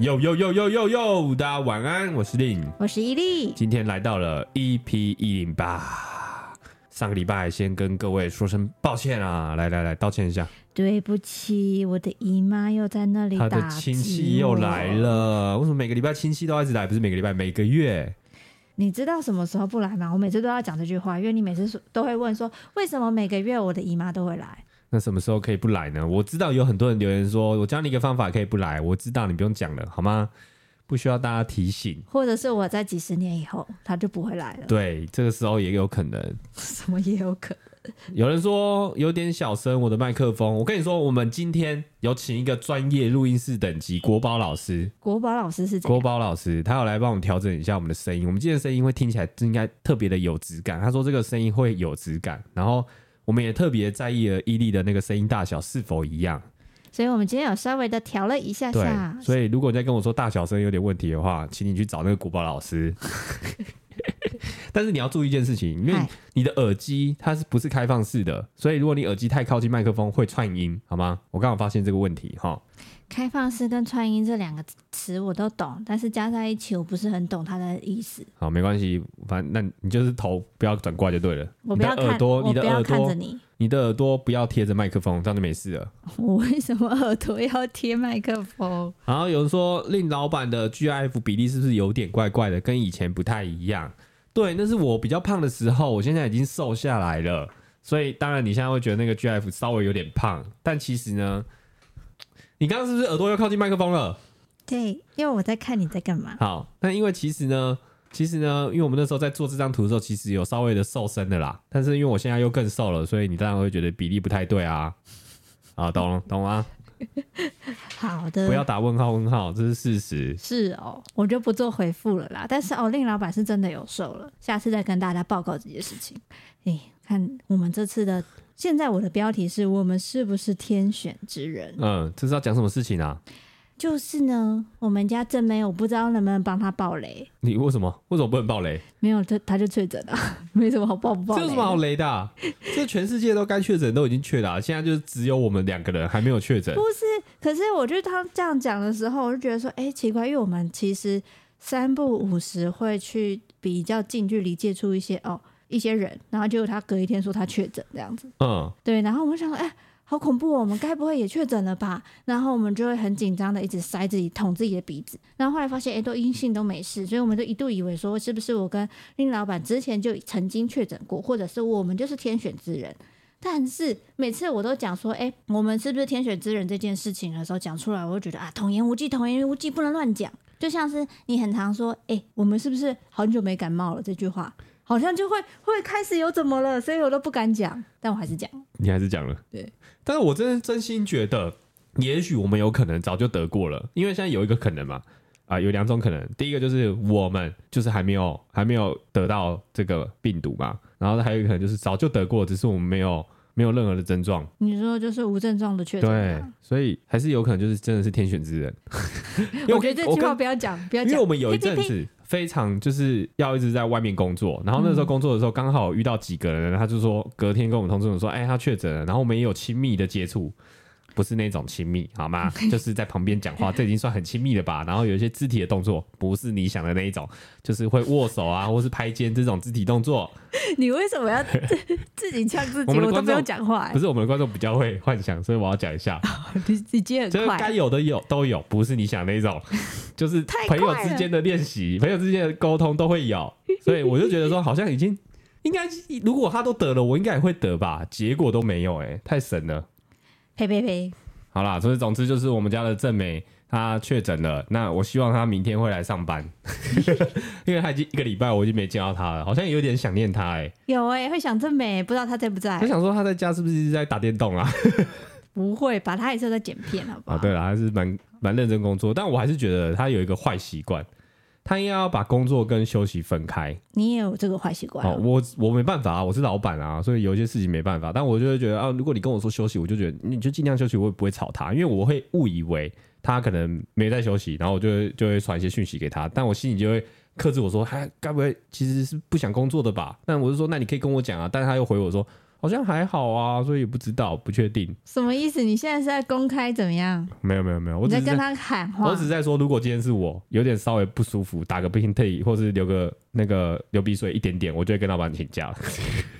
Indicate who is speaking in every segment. Speaker 1: 哟哟哟哟哟哟，大家晚安，我是令。
Speaker 2: 我是伊利，
Speaker 1: 今天来到了 EP 一零八，上个礼拜先跟各位说声抱歉啊，来来来，道歉一下，
Speaker 2: 对不起，我的姨妈又在那里
Speaker 1: 他
Speaker 2: 打
Speaker 1: 的亲戚又来。了，为什么每个礼拜亲戚都要一直来？不是每个礼拜，每个月。
Speaker 2: 你知道什么时候不来吗？我每次都要讲这句话，因为你每次说都会问说，为什么每个月我的姨妈都会来？
Speaker 1: 那什么时候可以不来呢？我知道有很多人留言说，我教你一个方法可以不来，我知道你不用讲了，好吗？不需要大家提醒。
Speaker 2: 或者是我在几十年以后她就不会来了？
Speaker 1: 对，这个时候也有可能，
Speaker 2: 什么也有可能。
Speaker 1: 有人说有点小声，我的麦克风。我跟你说，我们今天有请一个专业录音室等级国宝老师，
Speaker 2: 国宝老师是怎
Speaker 1: 国
Speaker 2: 样？
Speaker 1: 宝老师他有来帮我们调整一下我们的声音。我们今天的声音会听起来应该特别的有质感。他说这个声音会有质感，然后我们也特别在意了伊利的那个声音大小是否一样。
Speaker 2: 所以我们今天有稍微的调了一下
Speaker 1: 对
Speaker 2: 下，，
Speaker 1: 所以如果你在跟我说大小声有点问题的话，请你去找那个国宝老 师。但是你要注意一件事情，因为
Speaker 2: 嗨
Speaker 1: 你的耳机它是不是开放式的，所以如果你耳机太靠近麦克风会串音，好吗？我刚好发现这个问题哈。
Speaker 2: 开放式跟串音这两个词我都懂，但是加在一起我不是很懂它的意思。
Speaker 1: 好，没关系，反正那你就是头不要转过来就对了。
Speaker 2: 我不要
Speaker 1: 你的
Speaker 2: 看，
Speaker 1: 耳朵，
Speaker 2: 我
Speaker 1: 你的
Speaker 2: 不要
Speaker 1: 耳
Speaker 2: 看着
Speaker 1: 朵，
Speaker 2: 你。
Speaker 1: 你的耳朵不要贴着麦克风，这样就没事了。
Speaker 2: 我为什么耳朵要贴麦克风？
Speaker 1: 然后有人说令老板的 GIF 比例是不是有点怪怪的，跟以前不太一样？对，那是我比较胖的时候，我现在已经瘦下来了，所以当然你现在会觉得那个 GIF 稍微有点胖，但其实呢，你刚刚是不是耳朵又靠近麦克风了？
Speaker 2: 对，因为我在看你在干嘛。
Speaker 1: 好，那因为其实呢，其实呢，因为我们那时候在做这张图的时候，其实有稍微的瘦身的啦，但是因为我现在又更瘦了，所以你当然会觉得比例不太对啊。啊，懂懂吗？
Speaker 2: 好的，
Speaker 1: 不要打问号问号，这是事实。
Speaker 2: 是哦，我就不做回复了啦。但是哦，令老板是真的有瘦了，下次再跟大家报告这件事情。哎，看我们这次的，现在我的标题是我们是不是天选之人？
Speaker 1: 嗯，这是要讲什么事情啊？
Speaker 2: 就是呢，我们家正妹，我不知道能不能帮她爆雷，
Speaker 1: 你为什么为什么不能爆雷？
Speaker 2: 没有，就她就确诊了， 没什么好爆不爆
Speaker 1: 这
Speaker 2: 雷的。
Speaker 1: 有什么好雷的啊、这全世界都该确诊都已经确了啊、现在就是只有我们两个人还没有确诊
Speaker 2: 不。是，可是我就他这样讲的时候，我就觉得说，哎、奇怪，因为我们其实三不五时会去比较近距离接触一些哦一些人，然后结果他隔一天说他确诊这样子，
Speaker 1: 嗯，
Speaker 2: 对，然后我们想说，哎、好恐怖、哦，我们该不会也确诊了吧？然后我们就会很紧张的一直塞自己捅自己的鼻子，然后后来发现，哎、都阴性都没事，所以我们就一度以为说，是不是我跟令老板之前就曾经确诊过，或者是我们就是天选之人？但是每次我都讲说，哎、我们是不是天选之人这件事情的时候讲出来，我就觉得啊，童言无忌，童言无忌，不能乱讲。就像是你很常说，哎、我们是不是很久没感冒了？这句话好像就会会开始有怎么了，所以我都不敢讲，但我还是讲。
Speaker 1: 你还是讲了。
Speaker 2: 对，
Speaker 1: 但是我真的真心觉得，也许我们有可能早就得过了，因为现在有一个可能嘛，啊、有两种可能。第一个就是我们就是还没有还没有得到这个病毒嘛，然后还有一个可能就是早就得过，只是我们没有没有任何的症状。
Speaker 2: 你说就是无症状的确诊
Speaker 1: 对啊
Speaker 2: 吗，，
Speaker 1: 所以还是有可能就是真的是天选之人。因为
Speaker 2: 我觉得这句话不要讲，不要
Speaker 1: 因为
Speaker 2: 讲
Speaker 1: 我。们有一阵
Speaker 2: 呸
Speaker 1: 子非常就是要一直在外面工作，然后那时候工作的时候刚好遇到几个人，他就说隔天跟我们同事们说，哎，他确诊了，然后我们也有亲密的接触。不是那种亲密，好 吗？就是在旁边讲话，这已经算很亲密了吧？然后有一些肢体的动作，不是你想的那一种，就是会握手啊，或是拍肩这种肢体动作。
Speaker 2: 你为什么要自 自己呛自
Speaker 1: 我
Speaker 2: 己？
Speaker 1: 们的
Speaker 2: 我都
Speaker 1: 观
Speaker 2: 没
Speaker 1: 众
Speaker 2: 有讲话欸
Speaker 1: 不，是我们的观众比较会幻想，所以我要讲一下，
Speaker 2: 你你接
Speaker 1: 就
Speaker 2: 很
Speaker 1: 是该
Speaker 2: 快。
Speaker 1: 有的有都有，不是你想的那 种，就是
Speaker 2: 太
Speaker 1: 朋友
Speaker 2: 快
Speaker 1: 之
Speaker 2: 了
Speaker 1: 间的练习，朋友之间的沟通都会 有，所以我就觉得说，好像已经应该，如果他都得了，我应该也会得吧，结果都没有、欸，太神了。
Speaker 2: 呸呸呸！
Speaker 1: 好啦，所以总之就是我们家的正美她确诊了，那我希望她明天会来上 班，因为她已经一个礼拜我已经没见到她了，好像有点想念她哎、
Speaker 2: 有哎、会想这美，不知道他在不在
Speaker 1: 我？想说她在家是不是一直在打电动啊？
Speaker 2: 不会吧？他也是在剪片，好不好？
Speaker 1: 啊，对了，还是蛮蛮认真工作，但我还是觉得他有一个坏习惯，他应该要把工作跟休息分开。
Speaker 2: 你也有这个坏习惯
Speaker 1: 哦，
Speaker 2: 哦。
Speaker 1: 我我没办法啊，我是老板啊，所以有一些事情没办法。但我就会觉得啊，如果你跟我说休息，我就觉得你就尽量休息，我也不会吵他，因为我会误以为他可能没在休息，然后我就会就会传一些讯息给他，但我心里就会哎克制我说，他该不会其实是不想工作的吧？但我就说，那你可以跟我讲啊，但是他又回我说。好像还好啊，所以也不知道，不确定。
Speaker 2: 什么意思？你现在是在公开怎么样？
Speaker 1: 没有没有没有，我只
Speaker 2: 你在
Speaker 1: 是
Speaker 2: 跟
Speaker 1: 在
Speaker 2: 他喊话
Speaker 1: 我？只是在说，如果今天是我有点稍微不舒服，打个 p 退，或是流个那个流鼻水一点点，我就会跟老板请假了，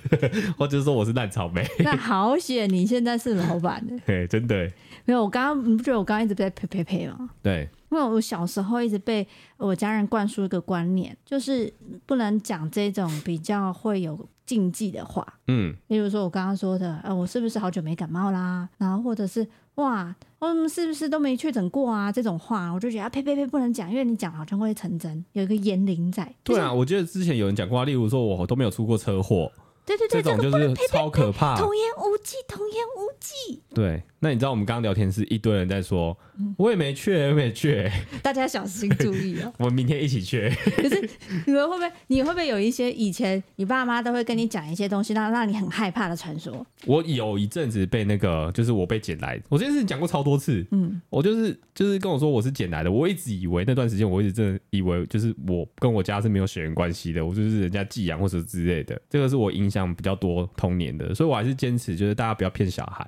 Speaker 1: 或者说我是烂草莓，
Speaker 2: 那好险，你现在是老板的。
Speaker 1: 嘿真的欸
Speaker 2: 没有，我刚刚你不觉得我刚刚一直被呸呸呸吗？
Speaker 1: 对
Speaker 2: 因为我小时候一直被呃我家人灌输一个观念，就是不能讲这种比较会有禁忌的话。
Speaker 1: 嗯
Speaker 2: 例如说，我刚刚说的，呃，我是不是好久没感冒啦？然后或者是哇，我们是不是都没确诊过啊？这种话，我就觉得啊，呸呸呸，不能讲，因为你讲好像会成真，有一个言灵在。
Speaker 1: 对啊，我觉得之前有人讲过啊，例如说我都没有出过车祸，
Speaker 2: 就是，对
Speaker 1: 这
Speaker 2: 对对，这
Speaker 1: 种
Speaker 2: 个
Speaker 1: 就是超可怕。
Speaker 2: 童言无忌，童言无忌，
Speaker 1: 对，那你知道我们刚刚聊天是一堆人在说，
Speaker 2: 嗯
Speaker 1: 我也没去，我也没去，。
Speaker 2: 大家小心注意哦
Speaker 1: 我们明天一起去。
Speaker 2: 可是 你们会不会，你会不会有一些以前你爸妈都会跟你讲一些东西，让让你很害怕的传说？
Speaker 1: 我有一阵子被那个，就是我被捡来，我这件事情讲过超多次。
Speaker 2: 嗯，
Speaker 1: 我就是就是跟我说我是捡来的，我一直以为那段时间我一直真的以为就是我跟我家是没有血缘关系的，我就是人家寄养或者之类的，这个是我影响比较多童年的，所以我还是坚持就是大家不要骗小孩。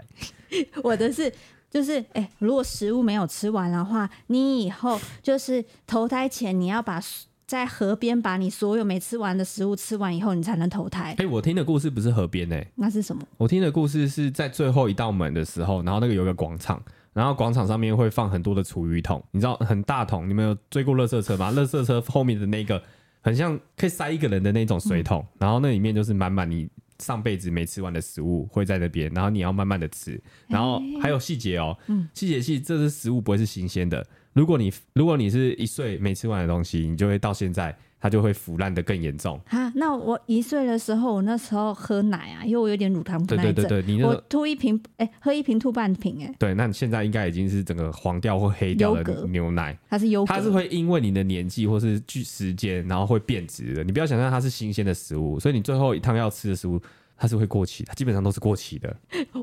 Speaker 2: 我的是。就是，哎、如果食物没有吃完的话，你以后就是投胎前，你要把所在河边把你所有没吃完的食物吃完以后，你才能投胎。
Speaker 1: 哎、我听的故事不是河边哎、
Speaker 2: 那是什么？
Speaker 1: 我听的故事是在最后一道门的时候，然后那个有一个广场，然后广场上面会放很多的厨余桶，你知道很大桶，你们有追过垃圾车吗？垃圾车后面的那个很像可以塞一个人的那种水桶，然后那里面就是满满你上辈子没吃完的食物会在那边，然后你要慢慢的吃，然后还有细节哦，细节是这是食物不会是新鲜的，如果你如果你是一岁没吃完的东西，你就会到现在它就会腐烂的更严重。
Speaker 2: 啊，那我一岁的时候，我那时候喝奶啊，因为我有点乳糖不
Speaker 1: 对
Speaker 2: 耐
Speaker 1: 对
Speaker 2: 症，
Speaker 1: 对对，你那
Speaker 2: 我
Speaker 1: 个
Speaker 2: 吐一瓶，哎、喝一瓶吐半瓶、哎，
Speaker 1: 对，那你现在应该已经是整个黄掉或黑掉
Speaker 2: 优格
Speaker 1: 的牛奶，
Speaker 2: 它是优格，
Speaker 1: 它是会因为你的年纪或是距时间，然后会变质的。你不要想象它是新鲜的食物，所以你最后一趟要吃的食物，它是会过期的，基本上都是过期的。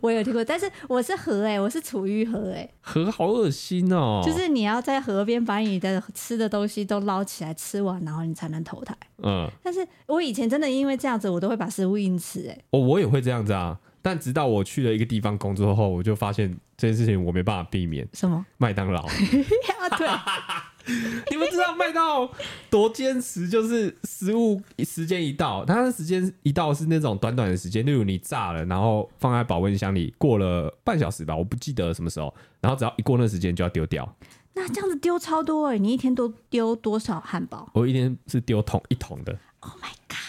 Speaker 2: 我有听过，但是我是河、哎，我是处于河、哎、
Speaker 1: 河好恶心哦，
Speaker 2: 就是你要在河边把你的吃的东西都捞起来吃完，然后你才能投胎。
Speaker 1: 嗯，
Speaker 2: 但是我以前真的因为这样子，我都会把食物硬吃、哎，
Speaker 1: 我我也会这样子啊。但直到我去了一个地方工作后，我就发现这件事情我没办法避免。
Speaker 2: 什么？
Speaker 1: 麦当劳，
Speaker 2: 啊， 对，
Speaker 1: 你们知道麦当劳多坚持，就是食物时间一到，它的时间一到是那种短短的时间，例如你炸了，然后放在保温箱里过了半小时吧，我不记得什么时候，然后只要一过那时间就要丢掉。
Speaker 2: 那这样子丢超多哎、你一天都丢多少汉堡？
Speaker 1: 我一天是丢桶一桶的。Oh my god！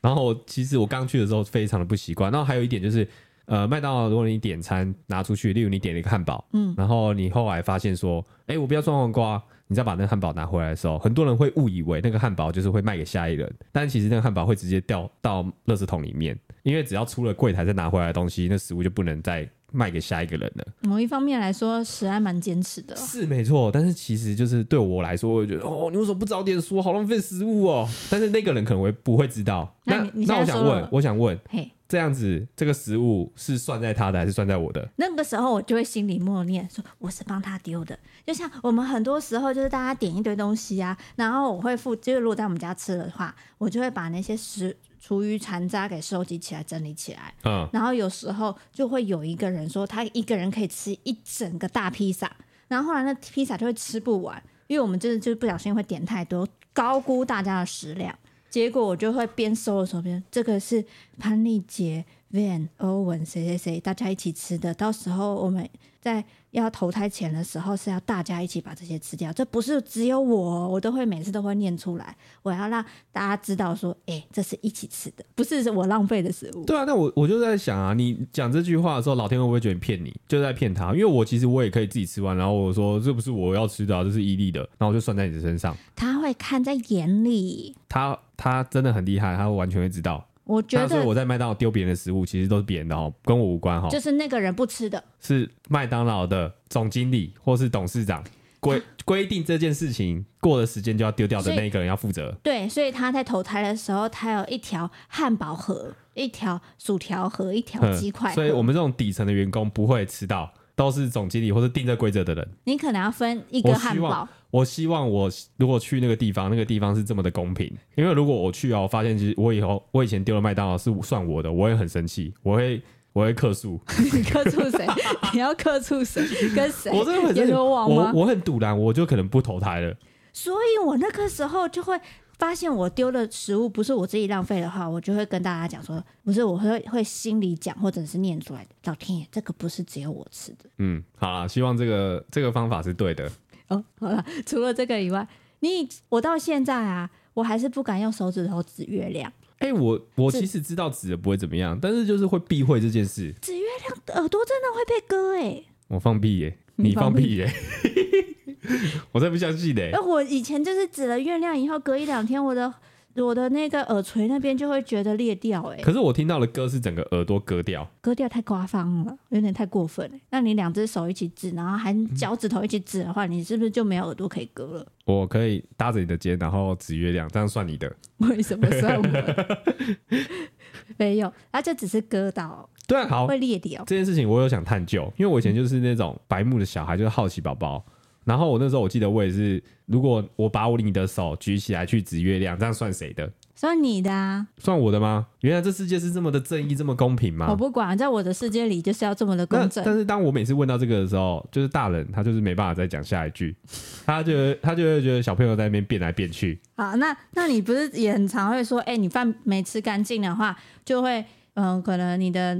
Speaker 1: 然后我其实我刚去的时候非常的不习惯，然后还有一点就是。呃，麦当劳，如果你点餐拿出去，例如你点了一个汉堡，嗯，然后你后来发现说，哎、我不要装黄瓜，你再把那个汉堡拿回来的时候，很多人会误以为那个汉堡就是会卖给下一人，但其实那个汉堡会直接掉到垃圾桶里面，因为只要出了柜台再拿回来的东西，那食物就不能再卖给下一个人了。
Speaker 2: 某一方面来说，食安蛮坚持的哦。
Speaker 1: 是没错，但是其实就是对我来说，我会觉得哦，你为什么不早点说？好浪费食物哦。但是那个人可能会不会知道？
Speaker 2: 那
Speaker 1: 那
Speaker 2: 你你现在
Speaker 1: 我
Speaker 2: 说
Speaker 1: 想
Speaker 2: 了
Speaker 1: 问，我想问，
Speaker 2: 嘿，
Speaker 1: 这样子这个食物是算在他的还是算在我的？
Speaker 2: 那个时候我就会心里默念说我是帮他丢的，就像我们很多时候就是大家点一堆东西啊，然后我会付，就是如果在我们家吃的话，我就会把那些食厨余残渣给收集起来、整理起来，
Speaker 1: 嗯，
Speaker 2: 然后有时候就会有一个人说他一个人可以吃一整个大披萨，然后后来那披萨就会吃不完，因为我们真的就是不小心会点太多，高估大家的食量。结果我就会边收的时候边，这个是潘丽杰、Van、欧文谁谁谁大家一起吃的，到时候我们在要投胎前的时候是要大家一起把这些吃掉，这不是只有我哦，我都会每次都会念出来，我要让大家知道说，哎、这是一起吃的，不是我浪费的食物。
Speaker 1: 对啊，那我我就在想啊，你讲这句话的时候，老天会不会觉得你骗你，就在骗他？因为我其实我也可以自己吃完，然后我说这不是我要吃的、啊，这是伊利的，然后我就算在你的身上。
Speaker 2: 他会看在眼里。
Speaker 1: 他他真的很厉害，他完全会知道。
Speaker 2: 我觉
Speaker 1: 他说
Speaker 2: 得
Speaker 1: 我在麦当劳丢别人的食物，其实都是别人的哦，跟我无关哈、哦。
Speaker 2: 就是那个人不吃的，
Speaker 1: 是麦当劳的总经理或是董事长规规定这件事情过了时间就要丢掉的
Speaker 2: 所以
Speaker 1: 那一个人要负责。
Speaker 2: 对，所以他在投胎的时候，他有一条汉堡盒，一条薯条盒，一条鸡块盒。
Speaker 1: 嗯所以我们这种底层的员工不会迟到，都是总经理或是定这规则的人。
Speaker 2: 你可能要分一
Speaker 1: 我
Speaker 2: 个
Speaker 1: 希
Speaker 2: 汉
Speaker 1: 望
Speaker 2: 堡，
Speaker 1: 我希望我如果去那个地方，那个地方是这么的公平。因为如果我去啊，我发现其实我以后我以前丢了麦当劳是算我的，我会很生气，我会我会客诉，
Speaker 2: 你克诉谁？ 你要克诉谁？跟谁？
Speaker 1: 我 真的很生气，
Speaker 2: 阎罗王吗
Speaker 1: 我我很堵然，我就可能不投胎了。
Speaker 2: 所以我那个时候就会发现，我丢的食物不是我自己浪费的话，我就会跟大家讲说，不是，我会会心里讲或者是念出来的。老天爷，这个不是只有我吃的
Speaker 1: 嗯，好啦，希望这个这个方法是对的。
Speaker 2: 哦。好了， 除了这个以外，你我到现在啊，我还是不敢用手指头指月亮，
Speaker 1: 哎、我我
Speaker 2: 这
Speaker 1: 其实知道指的不会怎么样，但是就是会避讳这件事。
Speaker 2: 指月亮的耳朵真的会被割哎、
Speaker 1: 我放屁耶、
Speaker 2: 你
Speaker 1: 你放
Speaker 2: 放屁
Speaker 1: 屁耶、 我才不相信呢、
Speaker 2: 哎，我以前就是指了月亮以后，隔一两天我的我的那个耳垂那边就会觉得裂掉哎、
Speaker 1: 可是我听到的歌是整个耳朵割掉，
Speaker 2: 割掉太夸张了，有点太过分了。那你两只手一起指，然后还
Speaker 1: 嗯
Speaker 2: 脚趾头一起指的话，你是不是就没有耳朵可以割了？
Speaker 1: 我可以搭着你的肩，然后指月亮，这样算你的。
Speaker 2: 为什么算我？ 没有，它就只是割到，
Speaker 1: 对啊，好，
Speaker 2: 会裂掉。
Speaker 1: 这件事情我有想探究，因为我以前就是那种白目的小孩，就是好奇宝宝。然后我那时候我记得我也是，如果我把我你的手举起来去指月亮，这样算谁的？
Speaker 2: 算你的啊，
Speaker 1: 算我的吗？原来这世界是这么的正义，这么公平吗？
Speaker 2: 我不管，在我的世界里就是要这么的
Speaker 1: 啊那
Speaker 2: 公正。
Speaker 1: 但是当我每次问到这个的时候，就是大人他就是没办法再讲下一句，他就会他就会觉得小朋友在那边变来变去。
Speaker 2: 好，那那你不是也很常会说，哎、你饭没吃干净的话，就会嗯、可能你的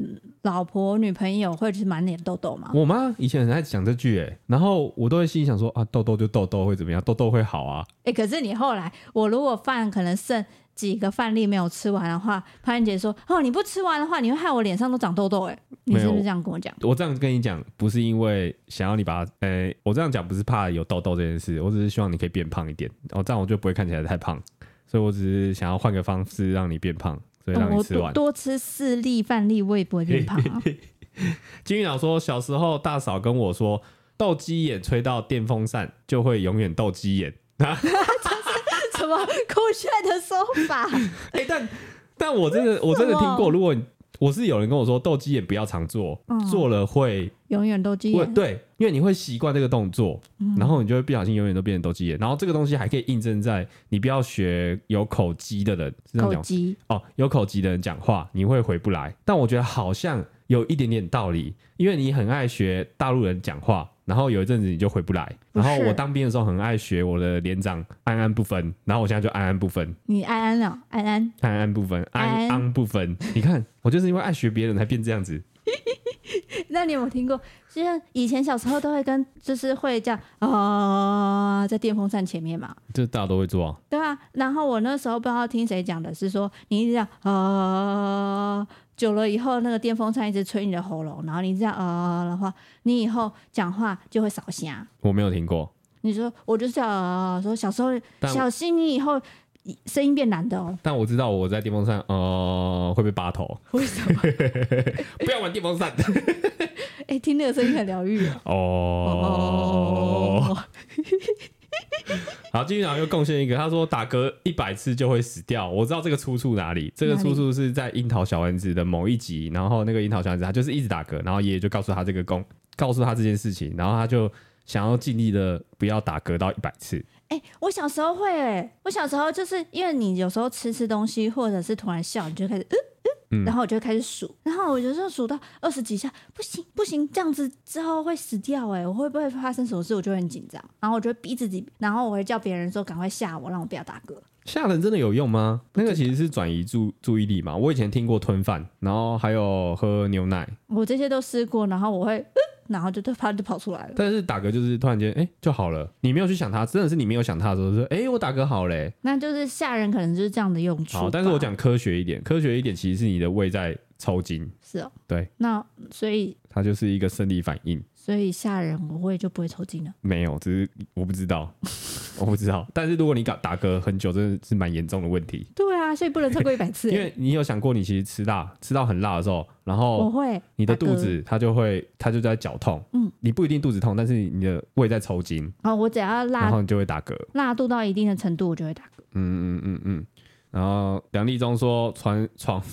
Speaker 2: 老婆、女朋友会是满脸痘痘吗？
Speaker 1: 我妈以前很爱讲这句、欸，然后我都会心里想说啊，痘痘就痘痘会怎么样？痘痘会好啊。
Speaker 2: 哎、可是你后来，我如果饭可能剩几个饭粒没有吃完的话，潘姐说：“哦，你不吃完的话，你会害我脸上都长痘痘。”哎，你是不
Speaker 1: 没
Speaker 2: 是
Speaker 1: 有
Speaker 2: 这样跟我讲？
Speaker 1: 我这样跟你讲，不是因为想要你把它，呃、我这样讲不是怕有痘痘这件事，我只是希望你可以变胖一点，哦，这样我就不会看起来太胖，所以我只是想要换个方式让你变胖，所以让你
Speaker 2: 哦我
Speaker 1: 吃
Speaker 2: 多
Speaker 1: 完。
Speaker 2: 多吃四粒饭粒，我也不会变 胖啊。
Speaker 1: 金鱼鸟说，小时候大嫂跟我说，斗鸡眼吹到电风扇就会永远斗鸡眼。
Speaker 2: 什么酷炫的说法？
Speaker 1: 哎、但但我真的我真的听
Speaker 2: 为什么
Speaker 1: 过，如果你我是有人跟我说斗鸡眼不要常做，
Speaker 2: 嗯
Speaker 1: 做了会
Speaker 2: 永远都记
Speaker 1: 我
Speaker 2: 得。
Speaker 1: 对，因为你会习惯这个动作，
Speaker 2: 嗯
Speaker 1: 然后你就会不小心永远都变成斗鸡眼。然后这个东西还可以印证在你不要学有口疾的人，是这样
Speaker 2: 口
Speaker 1: 讲
Speaker 2: 疾，
Speaker 1: 哦，有口疾的人讲话，你会回不来。但我觉得好像有一点点道理，因为你很爱学大陆人讲话。然后有一阵子你就回不来，
Speaker 2: 不
Speaker 1: 然
Speaker 2: 是
Speaker 1: 后我当兵的时候很爱学我的连长安安不分，然后我现在就安安不分，
Speaker 2: 你安安了、安安，
Speaker 1: 安安不分，
Speaker 2: 安
Speaker 1: 安安不分。你看我就是因为爱学别人才变这样子，
Speaker 2: 那你有没有听过？就是以前小时候都会跟，就是会这样啊、在电风扇前面嘛，
Speaker 1: 这大家都会做、啊。
Speaker 2: 对啊，然后我那时候不知道听谁讲的是说，你一直这样呃，久了以后那个电风扇一直吹你的喉咙，然后你这样呃的话，你以后讲话就会少瞎。
Speaker 1: 我没有听过，
Speaker 2: 你说我就是要呃，说小时候
Speaker 1: 但我
Speaker 2: 小心你以后声音变男的哦。
Speaker 1: 但我知道我在电风扇，呃，会被拔头。
Speaker 2: 为什么？
Speaker 1: 不要玩电风扇。
Speaker 2: 哎，听那个声音很疗愈 哦。
Speaker 1: 哦，
Speaker 2: 哦，
Speaker 1: 好，金鱼脑又贡献一个，他说打嗝一百次就会死掉。我知道这个出处哪里，这个
Speaker 2: 哪里
Speaker 1: 出处是在樱桃小丸子的某一集，然后那个樱桃小丸子他就是一直打嗝，然后爷爷就告诉他这个公， 告诉他这件事情，然后他就想要尽力的不要打嗝到一百次。
Speaker 2: 哎、我小时候会哎、我小时候就是因为你有时候吃吃东西，或者是突然笑，你就开始呃呃，
Speaker 1: 嗯
Speaker 2: 然后我就开始数，然后我就是数到二十几下，不行不行，这样子之后会死掉哎、我会不会发生什么事？我就会很紧张，然后我就会逼自己，然后我会叫别人说赶快吓我，让我不要打嗝。
Speaker 1: 吓人真的有用吗？那个其实是转移注注意力嘛。我以前听过吞饭，然后还有喝牛奶，
Speaker 2: 我这些都试过，然后我会呃，然后就就啪就跑出来了，
Speaker 1: 但是打嗝就是突然间，哎、就好了。你没有去想它，真的是你没有想它的时候，说，哎、我打嗝好嘞、
Speaker 2: 那就是吓人，可能就是这样的用处吧。
Speaker 1: 好，但是我讲科学一点，科学一点其实是你的胃在抽筋，
Speaker 2: 是哦，
Speaker 1: 对，
Speaker 2: 那所以
Speaker 1: 它就是一个生理反应。
Speaker 2: 所以吓人我会就不会抽筋了。
Speaker 1: 没有，只是我不知道， 我不知道。但是如果你打打嗝很久，真的是蛮严重的问题。
Speaker 2: 对啊，所以不能超过一百次、欸
Speaker 1: 因为你有想过，你其实吃辣，吃到很辣的时候，然
Speaker 2: 我
Speaker 1: 后
Speaker 2: 会
Speaker 1: 你的
Speaker 2: 哦打嗝
Speaker 1: 肚子它就会它就在绞痛，
Speaker 2: 嗯
Speaker 1: 嗯，你不一定肚子痛，但是你的胃在抽筋，
Speaker 2: 哦，我只要
Speaker 1: 然
Speaker 2: 辣
Speaker 1: 后你就会打嗝。
Speaker 2: 辣度到一定的程度，我就会打嗝。
Speaker 1: 嗯嗯嗯嗯。然后梁立忠说床床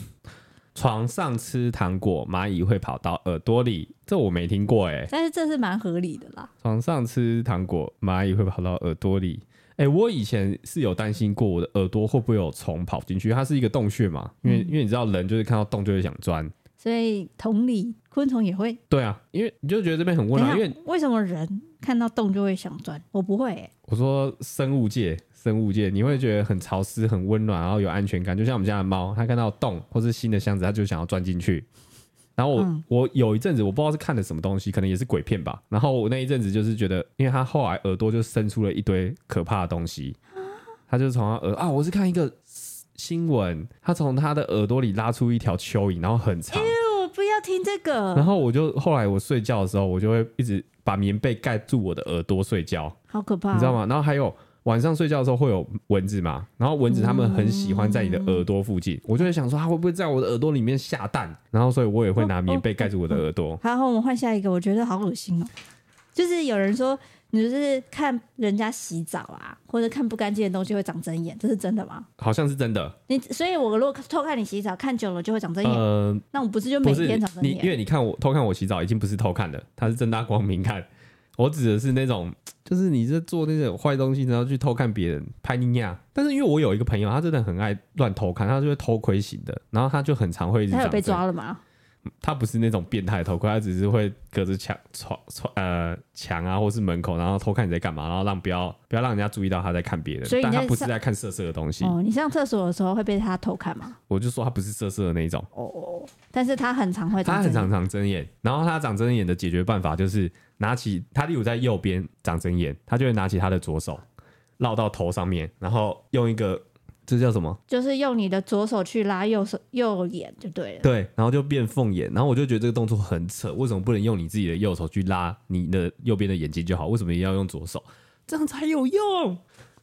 Speaker 1: 床上吃糖果，蚂蚁会跑到耳朵里，这我没听过哎、
Speaker 2: 但是这是蛮合理的啦。
Speaker 1: 床上吃糖果，蚂蚁会跑到耳朵里。哎、我以前是有担心过我的耳朵会不会有虫跑进去，它是一个洞穴嘛，因为、因为你知道人就是看到洞就会想钻。
Speaker 2: 所以同理，昆虫也会。
Speaker 1: 对啊，因为你就觉得这边很
Speaker 2: 等
Speaker 1: 温
Speaker 2: 一
Speaker 1: 暖，
Speaker 2: 下
Speaker 1: 因为，
Speaker 2: 为什么人看到洞就会想钻？我不会、欸，
Speaker 1: 我说生物界，生物界你会觉得很潮湿、很温暖，然后有安全感。就像我们家的猫，它看到洞或是新的箱子，它就想要钻进去。然后我、
Speaker 2: 嗯
Speaker 1: 我有一阵子我不知道是看了什么东西，可能也是鬼片吧。然后我那一阵子就是觉得，因为它后来耳朵就伸出了一堆可怕的东西，它就从它耳啊，我是看一个新闻，它从它的耳朵里拉出一条蚯蚓，然后很长。
Speaker 2: 我不要听这
Speaker 1: 然
Speaker 2: 个，
Speaker 1: 后我就后来我睡觉的时候，我就会一直把棉被盖住我的耳朵睡觉，
Speaker 2: 好可怕、哦
Speaker 1: 你知道？吗？然后还有晚上睡觉的时候会有蚊子嘛，然后蚊子它们很喜欢在你的耳朵附
Speaker 2: 嗯
Speaker 1: 近，我就会想说它会不会在我的耳朵里面下蛋，然后所以我也会拿棉被盖住我的耳朵。
Speaker 2: 好，我们换下一个，我觉得好恶心哦。就是有人说，你就是看人家洗澡啊，或者看不干净的东西会长针眼，这是真的吗？
Speaker 1: 好像是真的，
Speaker 2: 你所以，我如果偷看你洗澡，看久了就会长针眼，
Speaker 1: 呃，
Speaker 2: 那我不是就每
Speaker 1: 不是
Speaker 2: 天长针
Speaker 1: 你，因
Speaker 2: 眼？
Speaker 1: 为你看我偷看我洗澡已经不是偷看的，它是正大光明看。我指的是那种，就是你这做那种坏东西，然后去偷看别人拍尼亚。但是因为我有一个朋友，他真的很爱乱偷看，他就会偷窥型的，然后他就很常会一直
Speaker 2: 他有
Speaker 1: 讲
Speaker 2: 被
Speaker 1: 这个
Speaker 2: 抓了吗？
Speaker 1: 他不是那种变态偷窥，他只是会隔着墙、窗、窗呃墙啊，或是门口，然后偷看你在干嘛，然后让不要不要让人家注意到他在看别人
Speaker 2: 所以。你
Speaker 1: 但
Speaker 2: 在
Speaker 1: 他不是
Speaker 2: 上
Speaker 1: 在看色色的东西，
Speaker 2: 哦，你上厕所的时候会被他偷看吗？
Speaker 1: 我就说他不是色色的那一种。
Speaker 2: 哦哦，哦但是他很常会
Speaker 1: 他很
Speaker 2: 长针眼
Speaker 1: 常。长针眼，然后他长针眼的解决办法就是拿起他，例如在右边长针眼，他就会拿起他的左手绕到头上面，然后用一个这叫什么？
Speaker 2: 就是用你的左手去拉右手右眼就对了。
Speaker 1: 对，然后就变凤眼，然后我就觉得这个动作很扯，为什么不能用你自己的右手去拉你的右边的眼睛就好？为什么一定要用左手？这样才有用。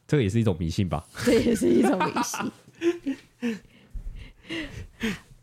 Speaker 1: 这个也是一种迷信吧？
Speaker 2: 这也是一种迷信。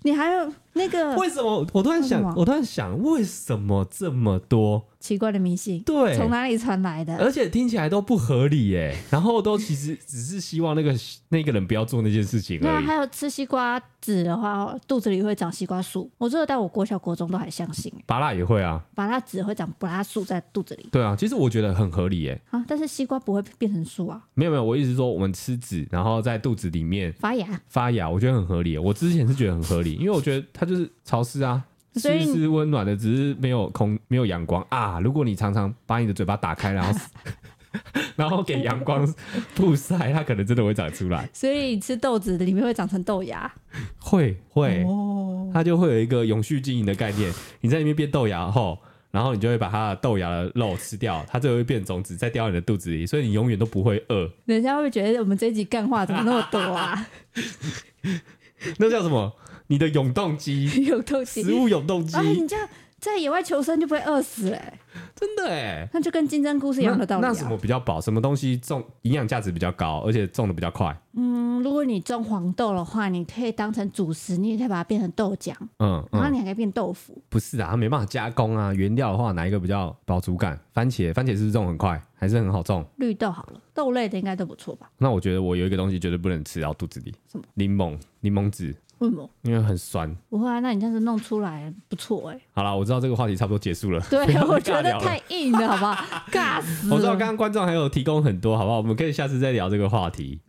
Speaker 2: 你还有那个
Speaker 1: 为什么？我突然
Speaker 2: 为什么
Speaker 1: 想，我突然想，为什么这么多？
Speaker 2: 奇怪的迷信，
Speaker 1: 对，呃
Speaker 2: 从哪里传来的？
Speaker 1: 而且听起来都不合理耶。然后都其实只是希望那个那个人不要做那件事情
Speaker 2: 那
Speaker 1: 而已
Speaker 2: 还。有吃西瓜籽的话，肚子里会长西瓜树。我这个在我国小、国中都还相信，
Speaker 1: 拔蜡也会啊，
Speaker 2: 把它籽会长不拉树在肚子里
Speaker 1: 对啊，其实我觉得很合理耶。
Speaker 2: 啊，但是西瓜不会变成树啊，
Speaker 1: 没有没有，我一直说我们吃籽，然后在肚子里面
Speaker 2: 发芽。
Speaker 1: 发芽，我觉得很合理。我之前是觉得很合理，因为我觉得它就是潮湿啊，
Speaker 2: 所以
Speaker 1: 湿湿温暖的，只是没有空没有阳光啊。如果你常常把你的嘴巴打开，然后 然后给阳光曝晒，它可能真的会长出来，
Speaker 2: 所以你吃豆子的里面会长成豆芽。
Speaker 1: 会会，
Speaker 2: 哦，
Speaker 1: 它就会有一个永续经营的概念。你在里面变豆芽后。然后你就会把它的豆芽的肉吃掉，它就会变种子，再掉到你的肚子里，所以你永远都不会饿。
Speaker 2: 人家会不会觉得我们这一集干话怎么那么多 啊？
Speaker 1: 那叫什么？你的永动 机，
Speaker 2: 有东西
Speaker 1: 食物永动机
Speaker 2: 哎，，你这样在野外求生就不会饿死哎、
Speaker 1: 真的哎、
Speaker 2: 那就跟竞争故事一样的道理、
Speaker 1: 那。
Speaker 2: 啊
Speaker 1: 那什么比较饱？什么东西重营养价值比较高，而且重的比较快？
Speaker 2: 嗯，如果你种黄豆的话，你可以当成主食，你也可以把它变成豆浆，
Speaker 1: 嗯
Speaker 2: 然后
Speaker 1: 嗯，
Speaker 2: 你还可以变豆腐。
Speaker 1: 不是啊，它没办法加工啊。原料的话，哪一个比较饱足感？番茄，番茄是不是种很快，还是很好种？
Speaker 2: 绿豆好了，豆类的应该都不错吧？
Speaker 1: 那我觉得我有一个东西绝对不能吃到肚子里，
Speaker 2: 什么？
Speaker 1: 柠檬，柠檬籽，
Speaker 2: 为什么？
Speaker 1: 因为很酸。
Speaker 2: 不会啊，那你这样子弄出来不错哎、
Speaker 1: 好了，我知道这个话题差不多结束了。 不
Speaker 2: 对
Speaker 1: 要，再
Speaker 2: 我觉
Speaker 1: 尬
Speaker 2: 得
Speaker 1: 聊了
Speaker 2: 太硬了，好 不好？尬死了！
Speaker 1: 我知道刚刚观众还有提供很多，好不好？我们可以下次再聊这个话题。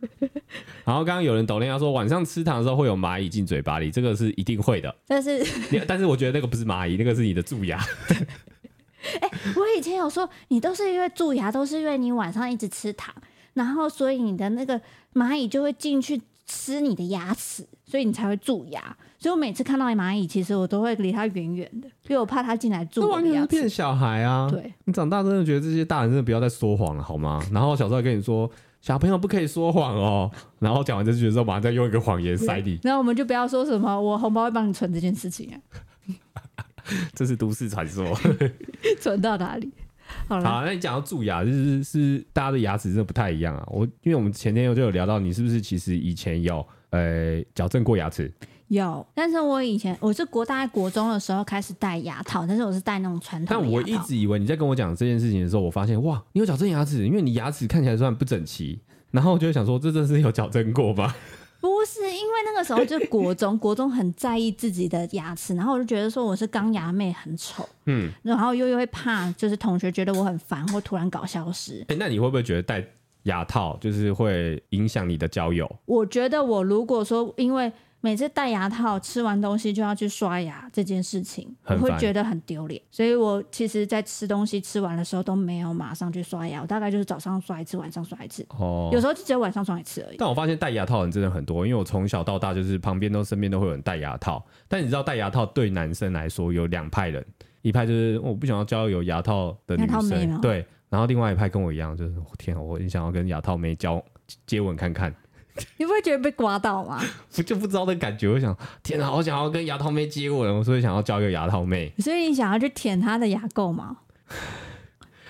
Speaker 1: 然后刚刚有人抖音他说晚上吃糖的时候会有蚂蚁进嘴巴里，这个是一定会的。
Speaker 2: 但是
Speaker 1: 你但是我觉得那个不是蚂蚁，那个是你的蛀牙。
Speaker 2: 哎我以前有说，你都是因为蛀牙，都是因为你晚上一直吃糖，然后所以你的那个蚂蚁就会进去吃你的牙齿，所以你才会蛀牙。所以我每次看到蚂蚁，其实我都会离它远远的，因为我怕它进来蛀
Speaker 1: 那
Speaker 2: 我
Speaker 1: 完
Speaker 2: 的
Speaker 1: 全
Speaker 2: 牙
Speaker 1: 是骗
Speaker 2: 齿。
Speaker 1: 小孩啊！
Speaker 2: 对，
Speaker 1: 你长大真的觉得这些大人真的不要再说谎了，好吗？然后小时候还跟你说小朋友不可以说谎哦，然后讲完这句的时候，马上再用一个谎言塞你，
Speaker 2: 然后我们就不要说什么我红包会帮你存这件事情啊，
Speaker 1: 这是都市传 说。
Speaker 2: 存到哪里？好了，
Speaker 1: 好，那啊你讲到蛀牙，就是是大家的牙齿真的不太一样啊。我因为我们前天就有聊到，你是不是其实以前有呃矫正过牙齿？
Speaker 2: 有。但是我以前我是国大概国中的时候开始戴牙套，但是我是戴那种传统
Speaker 1: 但
Speaker 2: 的牙
Speaker 1: 我
Speaker 2: 套。
Speaker 1: 一直以为你在跟我讲这件事情的时候，我发现哇，你有矫正牙齿，因为你牙齿看起来虽然不整齐，然后我就会想说，这真是有矫正过吧？
Speaker 2: 不是因为那个时候就国中， 国中很在意自己的牙齿，然后我就觉得说我是钢牙妹，很丑，
Speaker 1: 嗯，
Speaker 2: 然后又又会怕就是同学觉得我很烦或突然搞消失。
Speaker 1: 哎、那你会不会觉得戴牙套就是会影响你的交友？
Speaker 2: 我觉得我如果说因为每次戴牙套吃完东西就要去刷牙这件事情，我
Speaker 1: 很
Speaker 2: 会
Speaker 1: 烦
Speaker 2: 觉得很丢脸，所以我其实在吃东西吃完的时候都没有马上去刷牙，我大概就是早上刷一次，晚上刷一次，
Speaker 1: 哦
Speaker 2: 有时候就只有晚上刷一次而已。
Speaker 1: 但我发现戴牙套的人真的很多，因为我从小到大就是旁边都身边都会有人戴牙套。但你知道戴牙套对男生来说有两派人，一派就是哦我不想要交有牙套的女
Speaker 2: 牙套妹吗
Speaker 1: 生，对，然后另外一派跟我一样，就是哦天、啊，我很想要跟牙套妹交接吻看 看，
Speaker 2: 你不会觉得被刮到 吗？
Speaker 1: 我就不知道的感觉，我想天啊，好想要跟牙套妹接吻，我所以想要交一个牙套妹，
Speaker 2: 所以你想要去舔他的牙垢吗？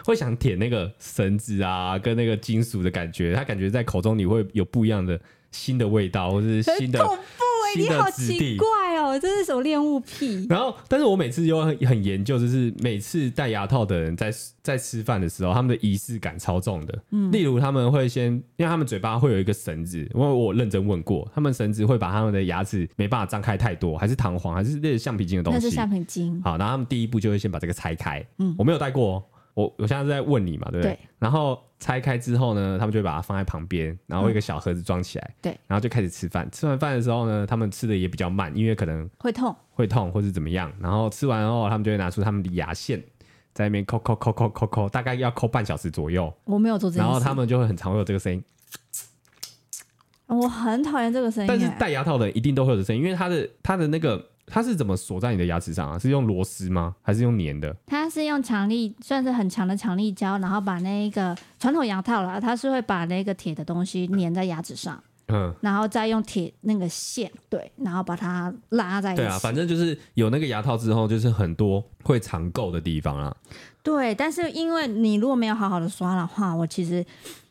Speaker 1: 会想舔那个绳子啊，跟那个金属的感觉，它感觉在口中你会有不一样的新的味道，或是
Speaker 2: 很
Speaker 1: 新的
Speaker 2: 恐怖哎、
Speaker 1: 新
Speaker 2: 你
Speaker 1: 的
Speaker 2: 好
Speaker 1: 质地
Speaker 2: 奇怪哦，这是什么恋物癖？
Speaker 1: 然后，但是我每次又很很研究，就是每次戴牙套的人在在吃饭的时候，他们的仪式感超重的。
Speaker 2: 嗯
Speaker 1: 例如他们会先，因为他们嘴巴会有一个绳子，因为我认真问过，他们绳子会把他们的牙齿没办法张开太多，还是弹簧，还是类似橡皮筋的东
Speaker 2: 那
Speaker 1: 西
Speaker 2: 是。橡皮筋，
Speaker 1: 好，然后他们第一步就会先把这个拆开。嗯，我没有戴过哦，我我现在是在问你嘛，对不对？
Speaker 2: 对
Speaker 1: 然后拆开之后呢，他们就会把它放在旁边，然后会有一个小盒子装起来。
Speaker 2: 嗯对
Speaker 1: 然后就开始吃饭。吃完饭的时候呢，他们吃的也比较慢，因为可能
Speaker 2: 会痛。
Speaker 1: 会痛或是怎么样，然后吃完后他们就会拿出他们的牙线，在那边抠抠抠抠抠抠，大概要抠半小时左右，
Speaker 2: 我没有做这件
Speaker 1: 然
Speaker 2: 事，
Speaker 1: 后他们就会很常会有这个声音。
Speaker 2: 我很讨厌这个声音、
Speaker 1: 但是
Speaker 2: 欸。
Speaker 1: 戴牙套的人一定都会有这声音，因为它的它的那个它是怎么锁在你的牙齿上啊？是用螺丝吗？还是用粘的？
Speaker 2: 它是用强力，算是很强的强力胶，然后把那一个传统牙套啦，它是会把那个铁的东西粘在牙齿上，
Speaker 1: 嗯，
Speaker 2: 然后再用铁那个线，对，然后把它拉在一起。
Speaker 1: 对啊，反正就是有那个牙套之后，就是很多会常垢的地方啊。
Speaker 2: 对，但是因为你如果没有好好的刷的话，我其实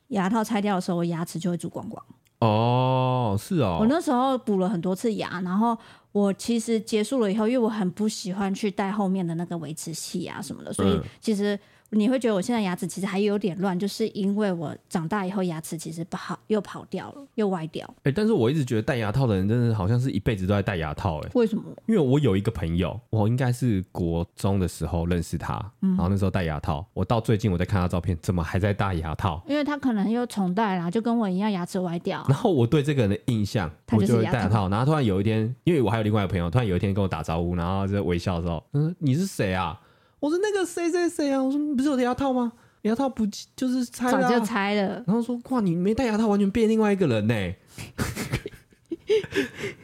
Speaker 2: 牙套拆掉的时候，我牙齿就会蛀光光。
Speaker 1: 哦，是
Speaker 2: 我
Speaker 1: 哦，
Speaker 2: 那时候补了很多次牙，然后我其实结束了以后，因为我很不喜欢去戴后面的那个维持器啊什么的，所以
Speaker 1: 嗯
Speaker 2: 其实你会觉得我现在牙齿其实还有点乱，就是因为我长大以后牙齿其实不好又跑掉了，又歪掉。
Speaker 1: 哎、但是我一直觉得戴牙套的人真的好像是一辈子都在戴牙套、欸，
Speaker 2: 为什么？
Speaker 1: 因为我有一个朋友，我应该是国中的时候认识他，
Speaker 2: 嗯
Speaker 1: 然后那时候戴牙套。我到最近我在看他照片，怎么还在戴牙 套？
Speaker 2: 因为他可能又重戴啦，就跟我一样牙齿歪掉。
Speaker 1: 然后我 对这个人的印象，
Speaker 2: 他
Speaker 1: 我
Speaker 2: 就是
Speaker 1: 就会
Speaker 2: 牙
Speaker 1: 戴牙套。然后突然有一天，因为我还有另外一个朋友，突然有一天跟我打招呼，然后在微笑的时候，嗯，你是谁啊？我说那个谁谁谁啊，我说你不是有戴牙套吗？牙套不就是拆了
Speaker 2: 早
Speaker 1: 啊、
Speaker 2: 就拆了，
Speaker 1: 然后说哇，你没戴牙套，完全变另外一个人呢、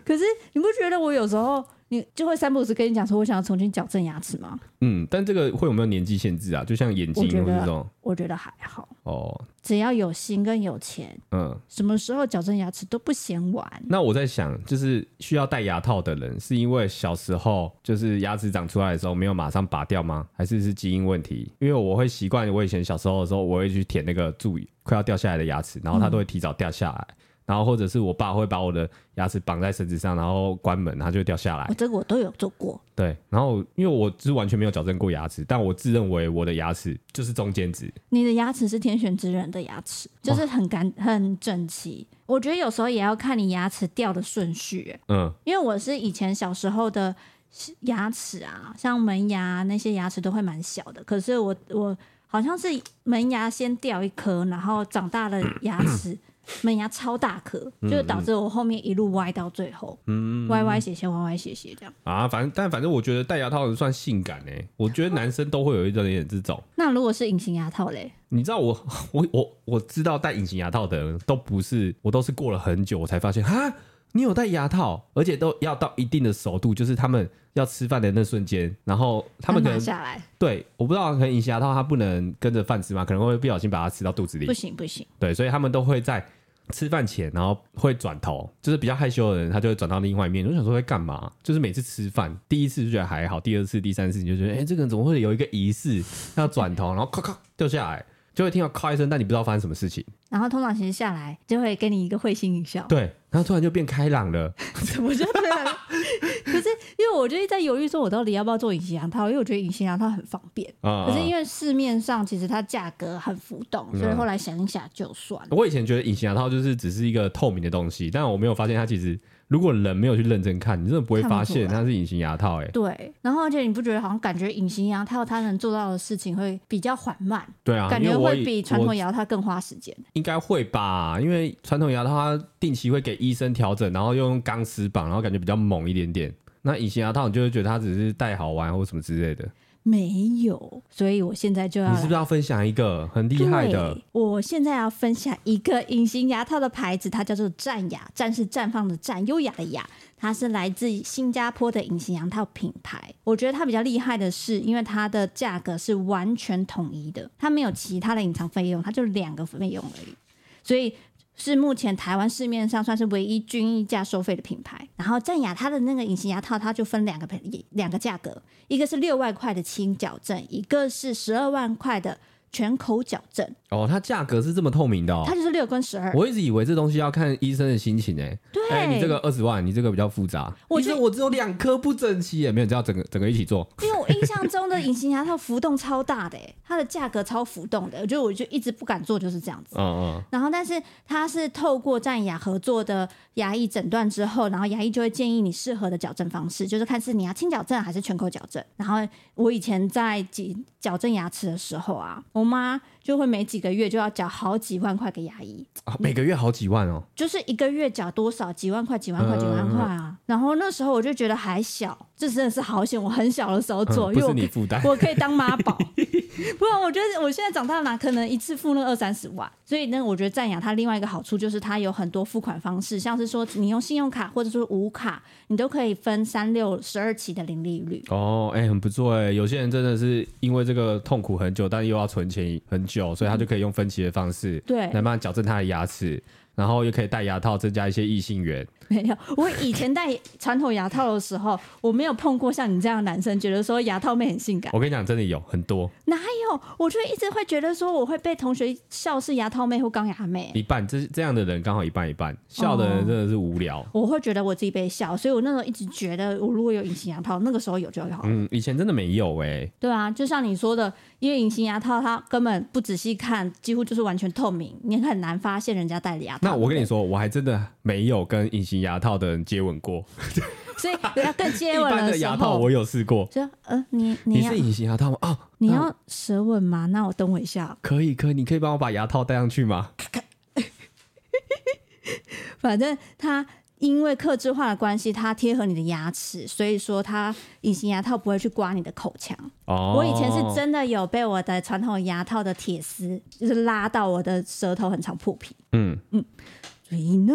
Speaker 2: 可是你不觉得我有时候你就会三不五时跟你讲说，我想要重新矫正牙齿吗？
Speaker 1: 嗯，但这个会有没有年纪限制啊？就像眼睛
Speaker 2: 我觉
Speaker 1: 或
Speaker 2: 得
Speaker 1: 者这种
Speaker 2: 我觉得还好，
Speaker 1: 哦，
Speaker 2: 只要有心跟有钱，
Speaker 1: 嗯。
Speaker 2: 什么时候矫正牙齿都不嫌晚。
Speaker 1: 那我在想，就是需要戴牙套的人，是因为小时候就是牙齿长出来的时候没有马上拔掉吗？还是是基因问题？因为我会习惯，我以前小时候的时候，我会去舔那个蛀快要掉下来的牙齿，然后它都会提早掉下来。然后或者是我爸会把我的牙齿绑在绳子上，然后关门，它就会掉下来
Speaker 2: 我。这个我都有做过，
Speaker 1: 对，然后因为我是完全没有矫正过牙齿，但我自认为我的牙齿就是中间值。
Speaker 2: 你的牙齿是天选之人的牙齿，就是很干很整齐。我觉得有时候也要看你牙齿掉的顺序，欸
Speaker 1: 嗯，
Speaker 2: 因为我是以前小时候的牙齿啊，像门牙那些牙齿都会蛮小的，可是我我好像是门牙先掉一颗，然后长大的牙 齿门牙超大颗，就导致我后面一路歪到最后，
Speaker 1: 嗯
Speaker 2: 歪歪斜斜歪歪斜斜这样。
Speaker 1: 啊，反正但反正我觉得戴牙套的算性感哎、我觉得男生都会有一点点这种。
Speaker 2: 那如果是隐形牙套嘞，
Speaker 1: 你知道我 我我我知道戴隐形牙套的人都不是，我都是过了很久我才发现哈，你有戴牙套，而且都要到一定的熟度，就是他们要吃饭的那瞬间，然后他们可
Speaker 2: 拿
Speaker 1: 能
Speaker 2: 下来
Speaker 1: 对，我不知道可能隐形牙套它不能跟着饭吃嘛，可能会不小心把它吃到肚子里
Speaker 2: 不，行不行，
Speaker 1: 对，所以他们都会在吃饭前，然后会转头，就是比较害羞的人，他就会转到另外一面。我想说会哎干嘛？就是每次吃饭，第一次就觉得还好，第二次、第三次你就觉得，哎、这个人怎么会有一个仪式？要转头，然后咔咔掉下来，就会听到咔一声，但你不知道发生什么事情。
Speaker 2: 然后通常其实下来就会给你一个会心一笑，
Speaker 1: 对，然后突然就变开朗了。
Speaker 2: 怎么就突然？ 可是因为我就一直在犹豫，说我到底要不要做隐形牙套，因为我觉得隐形牙套很方便。
Speaker 1: 啊、嗯
Speaker 2: 可是因
Speaker 1: 为
Speaker 2: 为市面上其实它价格很浮动，所以后来想一想就算了。
Speaker 1: 啊我以前觉得隐形牙套就是只是一个透明的东西，但我没有发现它其实如果人没有去认真看，你真的不会
Speaker 2: 看不
Speaker 1: 发现
Speaker 2: 出来
Speaker 1: 它是隐形牙套、欸。哎，
Speaker 2: 对，然后而且你不觉得好像感觉隐形牙套它能做到的事情会比较缓慢，
Speaker 1: 对啊，
Speaker 2: 感
Speaker 1: 因
Speaker 2: 觉
Speaker 1: 为我
Speaker 2: 会
Speaker 1: 以
Speaker 2: 比传
Speaker 1: 我
Speaker 2: 统牙套更花时间。
Speaker 1: 应该会吧，因为传统牙套它定期会给医生调整，然后又用钢丝绑，然后感觉比较猛一点点。那隐形牙套你就会觉得它只是戴好玩或什么之类的。
Speaker 2: 没有，所以我现在就要
Speaker 1: 你是不是
Speaker 2: 来
Speaker 1: 要分享一个很厉害的
Speaker 2: 啊对？我现在要分享一个隐形牙套的牌子，它叫做战牙，战是绽放的战，优雅的雅，它是来自新加坡的隐形牙套品牌。我觉得它比较厉害的是，因为它的价格是完全统一的，它没有其他的隐藏费用，它就两个费用而已，所以。是目前台湾市面上算是唯一均一价收费的品牌。然后战雅它的那个隐形牙套，它就分两个配两个价格，一个是六万块的轻矫正，一个是十二万块的全口矫正。
Speaker 1: 哦，它价格是这么透明的哦
Speaker 2: 它。就是六跟十二。
Speaker 1: 我一直以为这东西要看医生的心情诶、
Speaker 2: 对，
Speaker 1: 哎、你这个二十万，你这个比较复杂。
Speaker 2: 我
Speaker 1: 医
Speaker 2: 觉得
Speaker 1: 生，我只有两颗不整齐耶，没有，这要整个整个一起做。
Speaker 2: 因为我印象中的隐形牙套浮动超大的、欸，它的价格超浮动的，我觉得我就一直不敢做，就是这样子。
Speaker 1: 嗯嗯，
Speaker 2: 然后，但是它是透过战牙合作的牙医诊断之后，然后牙医就会建议你适合的矫正方式，就是看是你要轻矫正还是全口矫正。然后我以前在几矫正牙齿的时候啊，我妈就会每几个月就要缴好几万块给牙医，
Speaker 1: 啊每个月好几万哦。
Speaker 2: 就是一个月缴多少几万块、几万块、
Speaker 1: 嗯
Speaker 2: 几万块啊。然后那时候我就觉得还小，这真的是好险，我很小的时候做，
Speaker 1: 嗯不
Speaker 2: 因为
Speaker 1: 是
Speaker 2: 我可
Speaker 1: 你
Speaker 2: 以
Speaker 1: 负担
Speaker 2: 我可以当妈宝， 不然我觉得我现在长大了哪可能一次付那二三十万？所以呢，我觉得赞扬它另外一个好处就是它有很多付款方式，像是说你用信用卡或者说无卡，你都可以分三六十二期的零利率。
Speaker 1: 哦，哎、很不错哎。有些人真的是因为这个痛苦很久，但又要存钱很久，所以他就可以用分期的方式，
Speaker 2: 对
Speaker 1: 来慢慢矫正他的牙齿，然后又可以戴牙套，增加一些异性缘。
Speaker 2: 没有，我以前戴传统牙套的时候，我没有碰过像你这样的男生，觉得说牙套妹很性感。
Speaker 1: 我跟你讲，真的有很多
Speaker 2: 哪有？我就一直会觉得说，我会被同学笑是牙套妹或钢牙妹，
Speaker 1: 一半，这这样的人刚好一半一半，笑的
Speaker 2: 哦
Speaker 1: 人真的是无聊。
Speaker 2: 我会觉得我自己被笑，所以我那时候一直觉得，我如果有隐形牙套，那个时候有就好。
Speaker 1: 嗯，以前真的没有哎、
Speaker 2: 对啊，就像你说的，因为隐形牙套它根本不仔细看，几乎就是完全透明，你很难发现人家戴的牙套。
Speaker 1: 那我跟你
Speaker 2: 说，
Speaker 1: 说，我还真的没有跟隐形牙套的人接吻过。
Speaker 2: 所以人家跟
Speaker 1: 一
Speaker 2: 接吻
Speaker 1: 般的
Speaker 2: 时
Speaker 1: 牙套
Speaker 2: 候
Speaker 1: 我，有试过。
Speaker 2: 就呃，你
Speaker 1: 你
Speaker 2: 你要
Speaker 1: 是隐形牙套吗？啊，
Speaker 2: 你
Speaker 1: 那
Speaker 2: 要舌吻吗？那我等我一下哦。
Speaker 1: 可以可以，你可以帮我把牙套戴上去吗？
Speaker 2: 反正它因为克制化的关系，它贴合你的牙齿，所以说它隐形牙套不会去刮你的口腔。
Speaker 1: 哦，
Speaker 2: 我以前是真的有被我的传统牙套的铁丝就是拉到我的舌头，很常破皮。
Speaker 1: 嗯，
Speaker 2: 所以呢，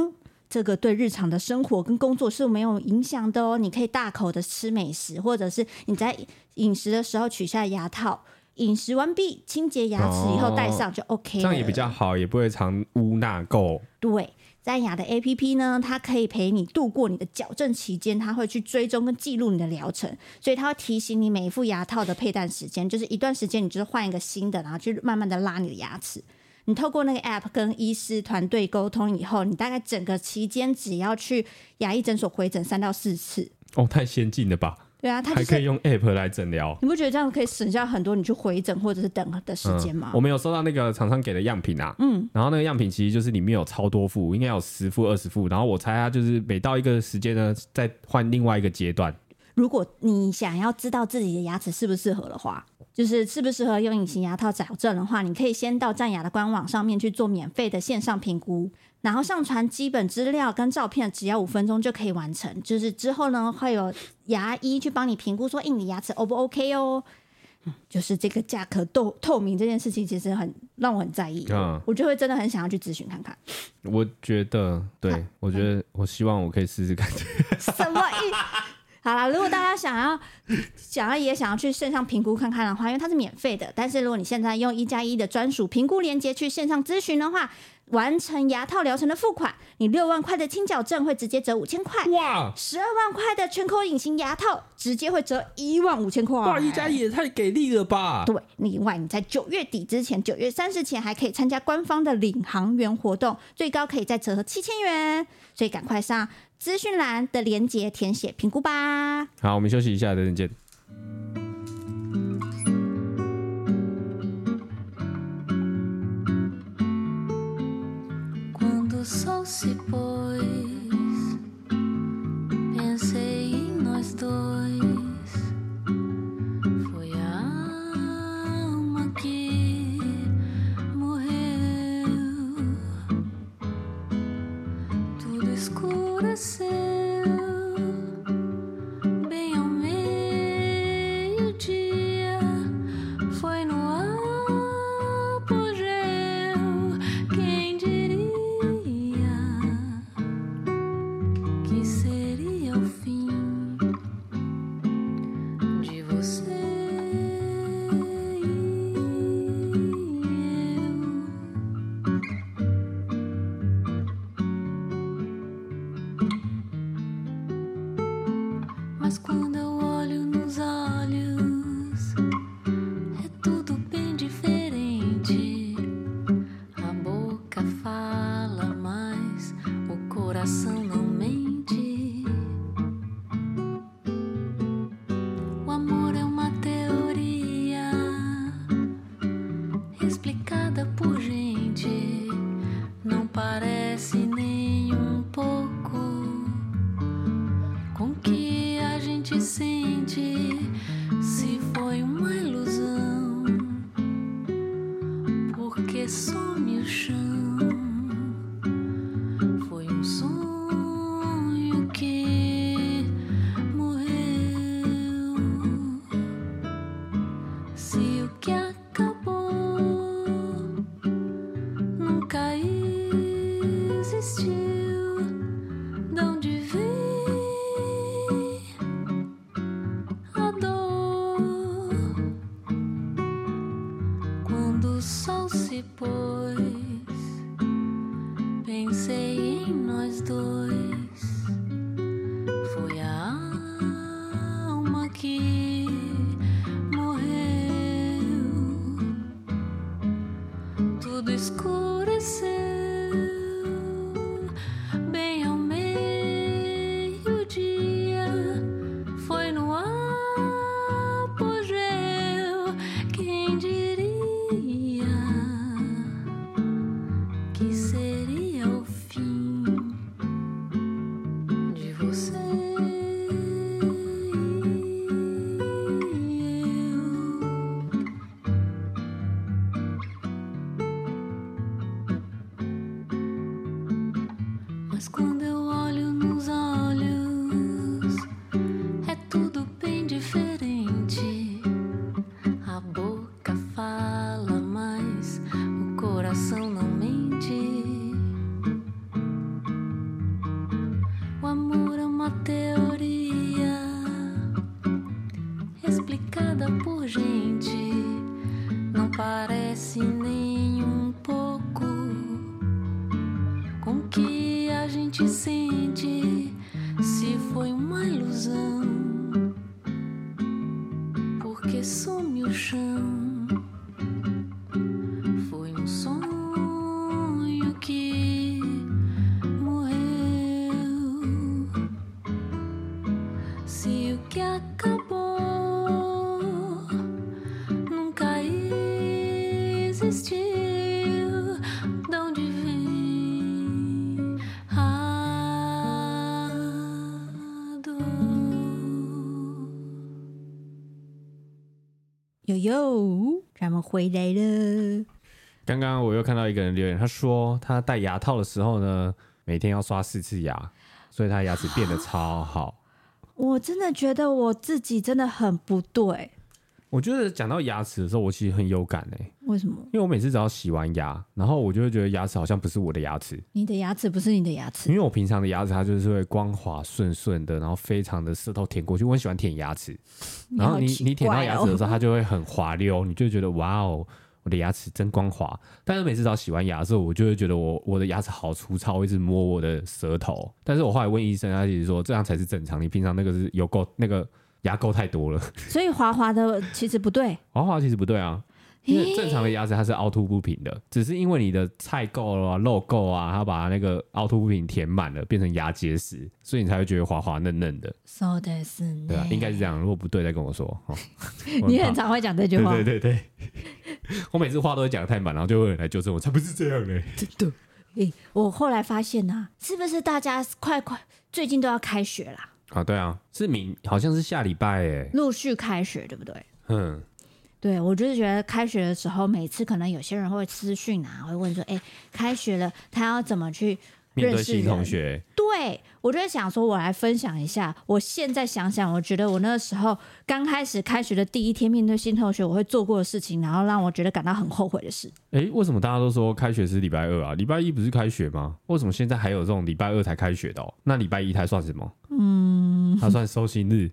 Speaker 2: 这个对日常的生活跟工作是没有影响的哦。你可以大口的吃美食，或者是你在饮食的时候取下牙套，饮食完毕，清洁牙齿以后戴上就 OK
Speaker 1: 哦这
Speaker 2: 了。
Speaker 1: 样也比较好，也不会常污纳垢。
Speaker 2: 对，赞雅的 APP 呢，它可以陪你度过你的矫正期间，它会去追踪跟记录你的疗程，所以它会提醒你每一副牙套的佩戴时间，就是一段时间你就是换一个新的，然后去慢慢的拉你的牙齿。你透过那个 app 跟医师团队沟通以后，你大概整个期间只要去牙医诊所回诊三到四次。
Speaker 1: 哦，太先进了吧？
Speaker 2: 对啊，它就
Speaker 1: 还可以
Speaker 2: 是
Speaker 1: 用 App 来诊疗。
Speaker 2: 你不觉得这样可以省下很多你去回诊或者是等的时
Speaker 1: 嗯
Speaker 2: 间吗？
Speaker 1: 我们有收到那个厂商给的样品啊，嗯，然后那个样品其实就是里面有超多副，应该有十副、二十副，然后我猜它就是每到一个时间呢，再换另外一个阶段。
Speaker 2: 如果你想要知道自己的牙齿适不适合的话，就是适不适合用隐形牙套矫正的话，你可以先到战牙的官网上面去做免费的线上评估，然后上传基本资料跟照片，只要五分钟就可以完成。就是之后呢，会有牙医去帮你评估说，哎，你的牙齿 O 不 OK 哦。就是这个价格透透明这件事情，其实很让我很在意，
Speaker 1: 嗯
Speaker 2: 我就会真的很想要去咨询看看。
Speaker 1: 我觉得，对
Speaker 2: 啊
Speaker 1: 我觉得，我希望我可以试试看。
Speaker 2: 什么 意？好啦，如果大家想要想要也想要去线上评估看看的话，因为它是免费的，但是如果你现在用一加一的专属评估链接去线上咨询的话，完成牙套疗程的付款，你六万块的清矫正会直接折五千块，
Speaker 1: 哇
Speaker 2: 十二万块的全口隐形牙套直接会折一万五千块。
Speaker 1: 哇，一家也太给力了吧！
Speaker 2: 对，另外你在九月底之前，九月三十前还可以参加官方的领航员活动，最高可以再折合七千元，所以赶快上资讯栏的链接填写评估吧。
Speaker 1: 好，我们休息一下，等等见。
Speaker 3: quando o sol se pôs passei nós dois. Foi a alma que morreu. Tudo escureceu. Bem ao meio-dia. Foi no apogeu, quem diria que seria o fim de você e eu? Mas quando eu olho nos olhos, é tudo bem diferente. A boca fala, mas o coração não mente. O amor é uma teoria explicada por gente. Não parece nem um pouco com que a gente sente se foi uma ilusão porque some o chão foi um sonho que morreu se o que acabou nunca existiu D'onde vem a dor quando o sol se pôs? Pensei em nós dois. Foi a alma que morreu. Tudo escureceu. Bem ao meio-dia, foi no apogeu. Quem diria que seria o fim de você e eu? Mas quando eu olho nos olhos, é tudo bem diferente. A boca fala, mas o coração não mente. O amor é uma teoria explicada por gente. Não parece nem um pouco com que a gente sente se foi uma ilusão porque some o chão foi um sonho que morreu se o que acabou nunca existiu. De onde vem a dor?
Speaker 2: 哟哟，咱们回来了。
Speaker 1: 刚刚我又看到一个人留言，他说他戴牙套的时候呢，每天要刷四次牙，所以他牙齿变得超好。
Speaker 2: 我真的觉得我自己真的很不对，
Speaker 1: 我觉得讲到牙齿的时候，我其实很有感哎、
Speaker 2: 为什么？
Speaker 1: 因为我每次只要洗完牙，然后我就会觉得牙齿好像不是我的牙齿，
Speaker 2: 你的牙齿不是你的牙齿
Speaker 1: 因，为我平常的牙齿它就是会光滑顺顺的，然后非常的舌头舔过去，我很喜欢舔牙齿，然后
Speaker 2: 好
Speaker 1: 你
Speaker 2: 奇
Speaker 1: 你舔到
Speaker 2: 怪
Speaker 1: 牙
Speaker 2: 哦
Speaker 1: 齿的时候，它就会很滑溜，你就觉得哇哦，我的牙齿真光滑。但是每次早洗完牙的时候，我就会觉得我我的牙齿好粗糙，我一直摸我的舌头。但是我后来问医生，他其实说这样才是正常，你平常那个是有够那个牙垢太多了。
Speaker 2: 所以滑滑的其实不 对。
Speaker 1: 滑滑其实不对啊，因为正常的牙齿它是凹凸不平的，只是因为你的菜垢啊、肉垢啊，它把那个凹凸不平填满了，变成牙结石，所以你才会觉得滑滑嫩嫩的，
Speaker 2: So 的是呢
Speaker 1: 对吧、啊应该是这样，如果不对再跟我说。哦、我
Speaker 2: 你
Speaker 1: 怕
Speaker 2: 很常会讲这句
Speaker 1: 对
Speaker 2: 话，
Speaker 1: 对对对， 我每次话都会讲得太满，然后就会有人来纠正我，才不是这样嘞、
Speaker 2: 真的。啊诶、我后来发现呐、是不是大家快快最近都要开学啦？
Speaker 1: 啊，对啊，是明好像是下礼拜哎，
Speaker 2: 陆续开学，对不对？
Speaker 1: 嗯，
Speaker 2: 对，我就是觉得开学的时候，每次可能有些人会私讯啊，会问说：“哎，开学了，他要怎么去
Speaker 1: 面
Speaker 2: 认
Speaker 1: 对
Speaker 2: 识
Speaker 1: 新
Speaker 2: 人
Speaker 1: 同学，
Speaker 2: 对，我就会想说，我来分享一下。我现在想想，我觉得我那时候刚开始开学的第一天，面对新同学，我会做过的事情，然后让我觉得感到很后悔的事。
Speaker 1: 哎、为什么大家都说开学是礼拜二啊？礼拜一不是开学吗？为什么现在还有这种礼拜二才开学的、哦？那礼拜一它算什么？嗯，它算收心日。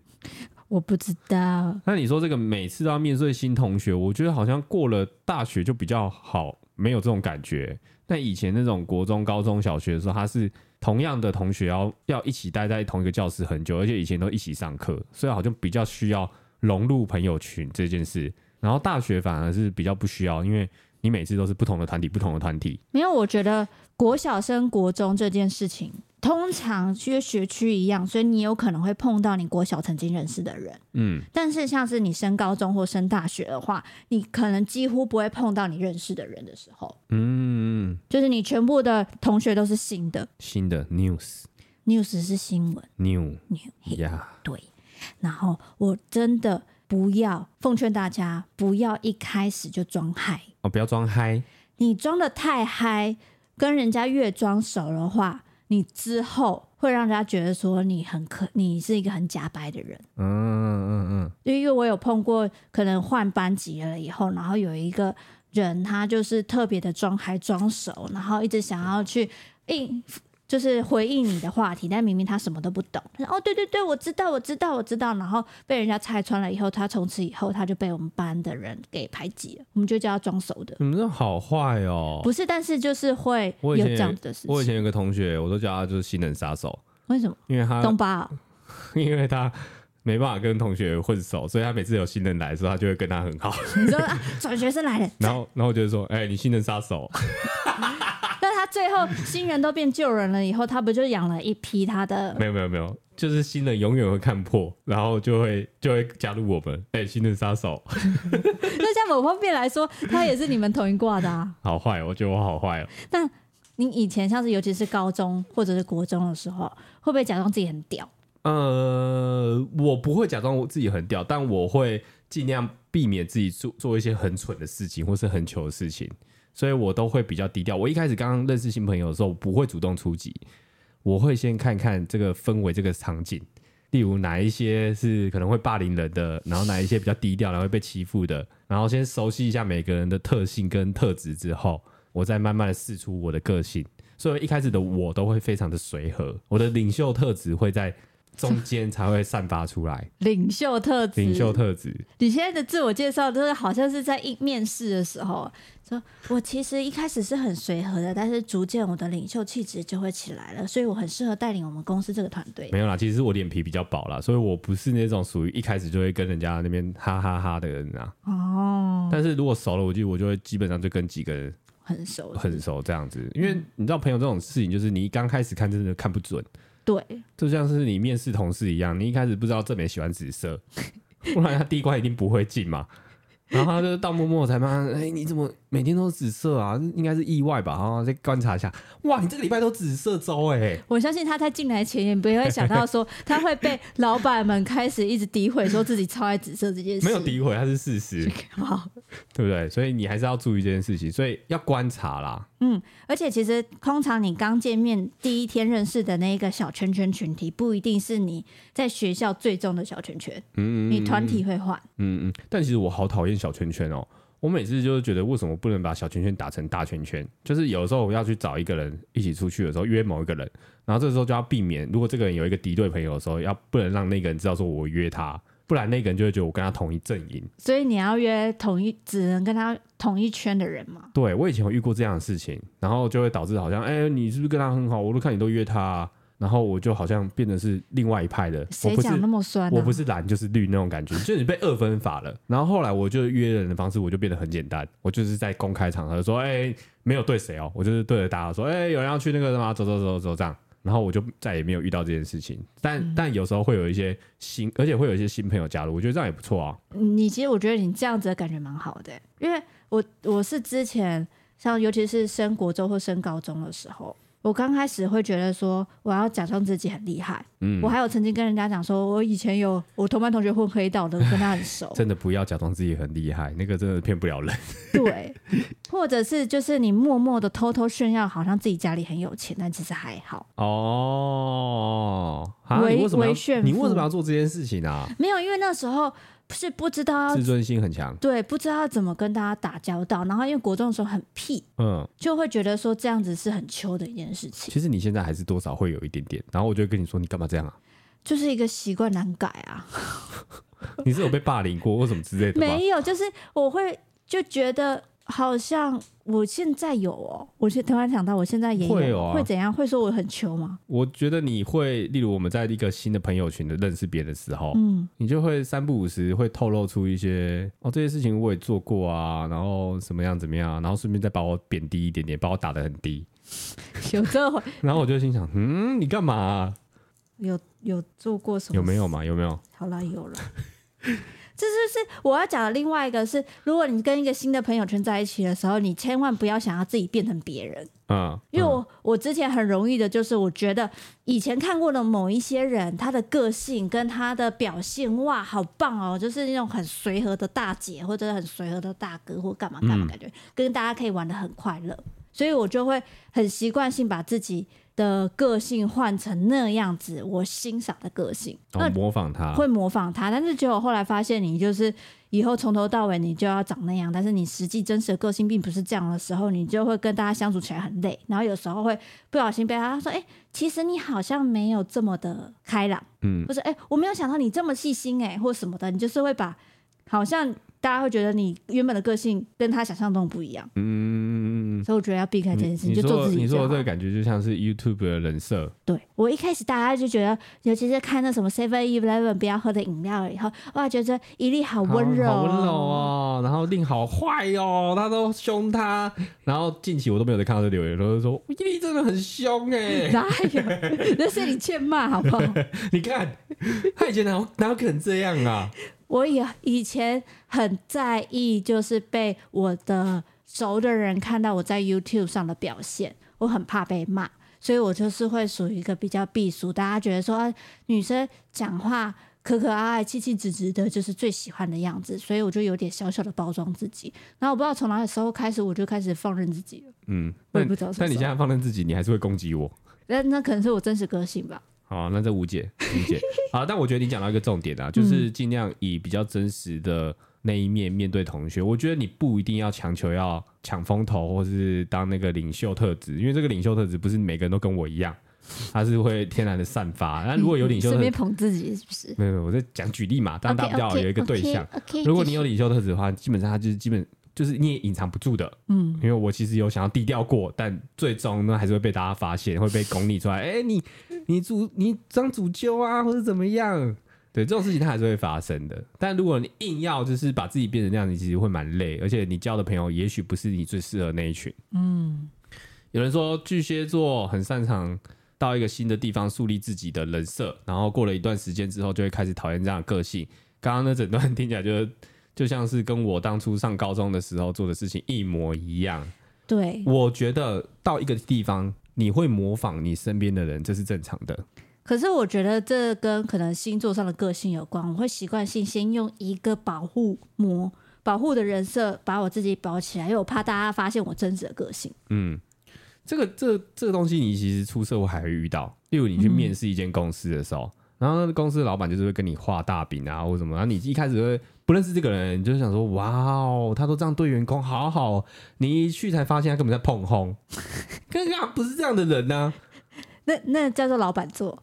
Speaker 2: 我不知道，
Speaker 1: 那你说这个每次都要面对新同学，我觉得好像过了大学就比较好，没有这种感觉。但以前那种国中、高中小学的时候，他是同样的同学要要一起待在同一个教室很久，而且以前都一起上课，所以好像比较需要融入朋友群这件事。然后大学反而是比较不需要，因为你每次都是不同的团体，不同的团体。
Speaker 2: 没有。我觉得国小升国中这件事情，通常跟学区一样，所以你有可能会碰到你国小曾经认识的人。
Speaker 1: 嗯，
Speaker 2: 但是像是你升高中或升大学的话，你可能几乎不会碰到你认识的人的时候，
Speaker 1: 嗯，
Speaker 2: 就是你全部的同学都是新的
Speaker 1: 新的 news
Speaker 2: news 是新闻
Speaker 1: new
Speaker 2: new 嘿
Speaker 1: 呀、
Speaker 2: 对。然后我真的不要奉劝大家，不要一开始就装嗨，
Speaker 1: 哦，不要装嗨，
Speaker 2: 你装的太嗨，跟人家越装熟的话，你之后会让人家觉得说你很可，你是一个很假白的人。
Speaker 1: 嗯嗯嗯，
Speaker 2: 就因为我有碰过，可能换班级了以后，然后有一个人他就是特别的装嗨装熟，然后一直想要去应，就是回应你的话题，但明明他什么都不懂。他说哦，对对对，我知道，我知道，我知道。然后被人家拆穿了以后，他从此以后他就被我们班的人给排挤了，我们就叫他装熟的。
Speaker 1: 你们这好坏哦。
Speaker 2: 不是，但是就是会
Speaker 1: 我
Speaker 2: 有
Speaker 1: 以前
Speaker 2: 这样子的事
Speaker 1: 我以
Speaker 2: 情。
Speaker 1: 前有个同学，我都叫他就是新人杀手，
Speaker 2: 为什么
Speaker 1: 因为他
Speaker 2: 东巴哦、
Speaker 1: 因为他没办法跟同学混熟，所以他每次有新人来的时候，他就会跟他很好。
Speaker 2: 你说啊，转学生来了，
Speaker 1: 然后，然后我就说：“哎、你新人杀手。
Speaker 2: 那他最后新人都变旧人了以后，他不就养了一批他”的
Speaker 1: 没有没有没有，就是新人永远会看破，然后就会就会加入我们。哎、新人杀手，
Speaker 2: 那在某方面来说，他也是你们同一挂的 啊。
Speaker 1: 好坏，我觉得我好坏哦。
Speaker 2: 但你以前像是尤其是高中或者是国中的时候，会不会假装自己很屌？
Speaker 1: 呃，我不会假装我自己很屌，但我会尽量避免自己做做一些很蠢的事情或是很糗的事情，所以我都会比较低调。我一开始刚刚认识新朋友的时候，我不会主动出击，我会先看看这个氛围、这个场景，例如哪一些是可能会霸凌人的，然后哪一些比较低调，然后会被欺负的，然后先熟悉一下每个人的特性跟特质之后，我再慢慢的试出我的个性。所以一开始的我都会非常的随和，我的领袖特质会在中间才会散发出来。
Speaker 2: 领袖特质，
Speaker 1: 领袖特质，
Speaker 2: 你现在的自我介绍都是好像是在应面试的时候，说我其实一开始是很随和的，但是逐渐我的领袖气质就会起来了，所以我很适合带领我们公司这个团队。
Speaker 1: 没有啦，其实我脸皮比较薄啦，所以我不是那种属于一开始就会跟人家那边哈哈哈的人啊。
Speaker 2: 哦，
Speaker 1: 但是如果熟了，我就我就会基本上就跟几个人
Speaker 2: 很熟，
Speaker 1: 很熟这样子，因为你知道朋友这种事情，就是你刚开始看真的看不准，
Speaker 2: 对，
Speaker 1: 就像是你面试同事一样，你一开始不知道郑美喜欢紫色，不然他第一关一定不会进嘛。然后他就到默默才慢慢，哎、你怎么每天都紫色啊？应该是意外吧？然后再观察一下，哇，你这个礼拜都紫色周哎、
Speaker 2: 我相信他在进来前也不会想到说他会被老板们开始一直诋毁，说自己超爱紫色这件事。
Speaker 1: 没有诋毁，它是事实，
Speaker 2: 好，
Speaker 1: 对不对？所以你还是要注意这件事情，所以要观察啦。
Speaker 2: 而且其实通常你刚见面第一天认识的那一个小圈圈群体，不一定是你在学校最重的小圈圈，
Speaker 1: 嗯，
Speaker 2: 你团体会换。
Speaker 1: 嗯嗯，但其实我好讨厌小圈圈哦。我每次就是觉得，为什么不能把小圈圈打成大圈圈？就是有时候我要去找一个人一起出去的时候，约某一个人，然后这时候就要避免，如果这个人有一个敌对朋友的时候，要不能让那个人知道说我约他，不然那个人就会觉得我跟他同一阵营。
Speaker 2: 所以你要约同一，只能跟他同一圈的人嘛。
Speaker 1: 对我以前有遇过这样的事情，然后就会导致好像，哎、你是不是跟他很好？我都看你都约他、啊，然后我就好像变成是另外一派的，我
Speaker 2: 谁
Speaker 1: 不是
Speaker 2: 啊讲那么酸呢、
Speaker 1: 我不是蓝就是绿那种 感觉，就是你被二分法了。然后后来我就约人的方式，我就变得很简单，我就是在公开场合说，哎、没有对谁哦，我就是对着大家说，哎、有人要去那个什么，走走走走这样。然后我就再也没有遇到这件事情。但、
Speaker 2: 嗯
Speaker 1: 但有时候会有一些新，而且会有一些新朋友加入，我觉得这样也不错啊。
Speaker 2: 你其实我觉得你这样子的感觉蛮好的、因为我我是之前像尤其是升国中或升高中的时候，我刚开始会觉得说，我要假装自己很厉害。
Speaker 1: 嗯
Speaker 2: 我，还有曾经跟人家讲说，我以前有我同班同学混黑道的，我跟他很熟。
Speaker 1: 真的不要假装自己很厉害，那个真的骗不了人。
Speaker 2: 对，或者是就是你默默的偷偷炫耀，好像自己家里很有钱，但其实还好。
Speaker 1: 哦，啊，
Speaker 2: 为
Speaker 1: 你为什么要
Speaker 2: 为炫富
Speaker 1: 你为什么要做这件事情啊？
Speaker 2: 没有，因为那时候是不知道要
Speaker 1: 自尊心很强，
Speaker 2: 对，不知道要怎么跟大家打交道，然后因为国中的时候很屁，
Speaker 1: 嗯，
Speaker 2: 就会觉得说这样子是很秋的一件事情，
Speaker 1: 其实你现在还是多少会有一点点，然后我就会跟你说，你干嘛这样啊？
Speaker 2: 就是一个习惯难改啊。
Speaker 1: 你是有被霸凌过或什么之类的吗？
Speaker 2: 没有，就是我会就觉得好像我现在有哦，我现突然想到我现在也有，
Speaker 1: 会有啊
Speaker 2: 怎样？会说我很穷吗？
Speaker 1: 我觉得你会，例如我们在一个新的朋友群的认识别人的时候，
Speaker 2: 嗯，
Speaker 1: 你就会三不五时会透露出一些哦，这些事情我也做过啊，然后怎么样怎么样啊，然后顺便再把我贬低一点点，把我打得很 低，
Speaker 2: 有这回
Speaker 1: 然后我就心想，嗯，你干嘛啊、
Speaker 2: 有有做过什么？
Speaker 1: 有没有嘛？有没有？
Speaker 2: 好啦， 有了。这就是我要讲的另外一个是，如果你跟一个新的朋友圈在一起的时候，你千万不要想要自己变成别人，
Speaker 1: 嗯，
Speaker 2: 因为
Speaker 1: 嗯
Speaker 2: 我、我之前很容易的就是，我觉得以前看过的某一些人，他的个性跟他的表现，哇，好棒哦，就是那种很随和的大姐或者很随和的大哥或干嘛干嘛，
Speaker 1: 嗯
Speaker 2: 感觉、跟大家可以玩的很快乐，所以我就会很习惯性把自己的个性换成那样子，我欣赏的个性。
Speaker 1: 然
Speaker 2: 那
Speaker 1: 后模仿他，
Speaker 2: 会模仿他，但是结果后来发现，你就是以后从头到尾你就要长那样，但是你实际真实的个性并不是这样的时候，你就会跟大家相处起来很累，然后有时候会不小心被他说，哎、其实你好像没有这么的开朗，
Speaker 1: 嗯
Speaker 2: 或者哎、我没有想到你这么细心、哎，或什么的，你就是会把好像大家会觉得你原本的个性跟他想象中不一样，
Speaker 1: 嗯，
Speaker 2: 所以我觉得要避开这件
Speaker 1: 你
Speaker 2: 事情，
Speaker 1: 你
Speaker 2: 就做
Speaker 1: 说
Speaker 2: 自己
Speaker 1: 你
Speaker 2: 就
Speaker 1: 说的
Speaker 2: 好
Speaker 1: 这个感觉就像是 YouTube 的人设，
Speaker 2: 对我一开始大家就觉得，尤其是看那什么 Seven Eleven 不要喝的饮料以后，哇，觉得伊利好温柔，哦
Speaker 1: 好温柔！哦，然后令好坏哦，他都凶他，然后近期我都没有再看到这留言，然后就说伊利真的很凶哎、
Speaker 2: 哪有？那是你欠骂好不好？
Speaker 1: 你看他以前哪有哪有可能这样啊？
Speaker 2: 我也以前很在意，就是被我的熟的人看到我在 YouTube 上的表现，我很怕被骂，所以我就是会属于一个比较避俗，大家觉得说、啊女生讲话。可可爱爱、气气直直的，就是最喜欢的样子，所以我就有点小小的包装自己。然后我不知道从哪个时候开始，我就开始放任自己了。
Speaker 1: 嗯，
Speaker 2: 我
Speaker 1: 那
Speaker 2: 也不知道是
Speaker 1: 但你
Speaker 2: 什么
Speaker 1: 现在放任自己，你还是会攻击我。
Speaker 2: 那那可能是我真实个性吧。
Speaker 1: 好，那这无解，无解。好，但我觉得你讲到一个重点啊，就是尽量以比较真实的那一面面对同学。我觉得你不一定要强求要抢风头，或是当那个领袖特质，因为这个领袖特质不是每个人都跟我一样，他是会天然的散发。那如果有领袖特
Speaker 2: 顺
Speaker 1: 质
Speaker 2: 便，捧自己是不是？
Speaker 1: 没有没有，我在讲举例嘛，当然大家比较有一个对象。。
Speaker 2: OK，
Speaker 1: 如果你有领袖特质的话，基本上他就是基本就是你也隐藏不住的，
Speaker 2: 嗯，
Speaker 1: 因为我其实有想要低调过，但最终呢还是会被大家发现，会被拱你出来。哎、你你主你当主揪啊，或者怎么样？对，这种事情它还是会发生的。但如果你硬要就是把自己变成那样，你其实会蛮累，而且你交的朋友也许不是你最适合那一群。嗯，有人说巨蟹座很擅长到一个新的地方树立自己的人设，然后过了一段时间之后，就会开始讨厌这样的个性。刚刚那整段听起来就是 就像是跟我当初上高中的时候做的事情一模一样。
Speaker 2: 对，
Speaker 1: 我觉得到一个地方，你会模仿你身边的人，这是正常的。
Speaker 2: 可是我觉得这跟可能星座上的个性有关，我会习惯性先用一个保护膜、保护的人设把我自己保起来，因为我怕大家发现我真实的个性。
Speaker 1: 嗯，这个这这个东西，你其实出社会还会遇到。例如你去面试一间公司的时候，然后那个公司的老板就是会跟你画大饼啊，或者什么，然后你一开始会不认识这个人，你就想说哇哦，他都这样对员工，好好哦。你一去才发现他根本在碰轰， 根本不是这样的人呐、
Speaker 2: 那那叫做老板座，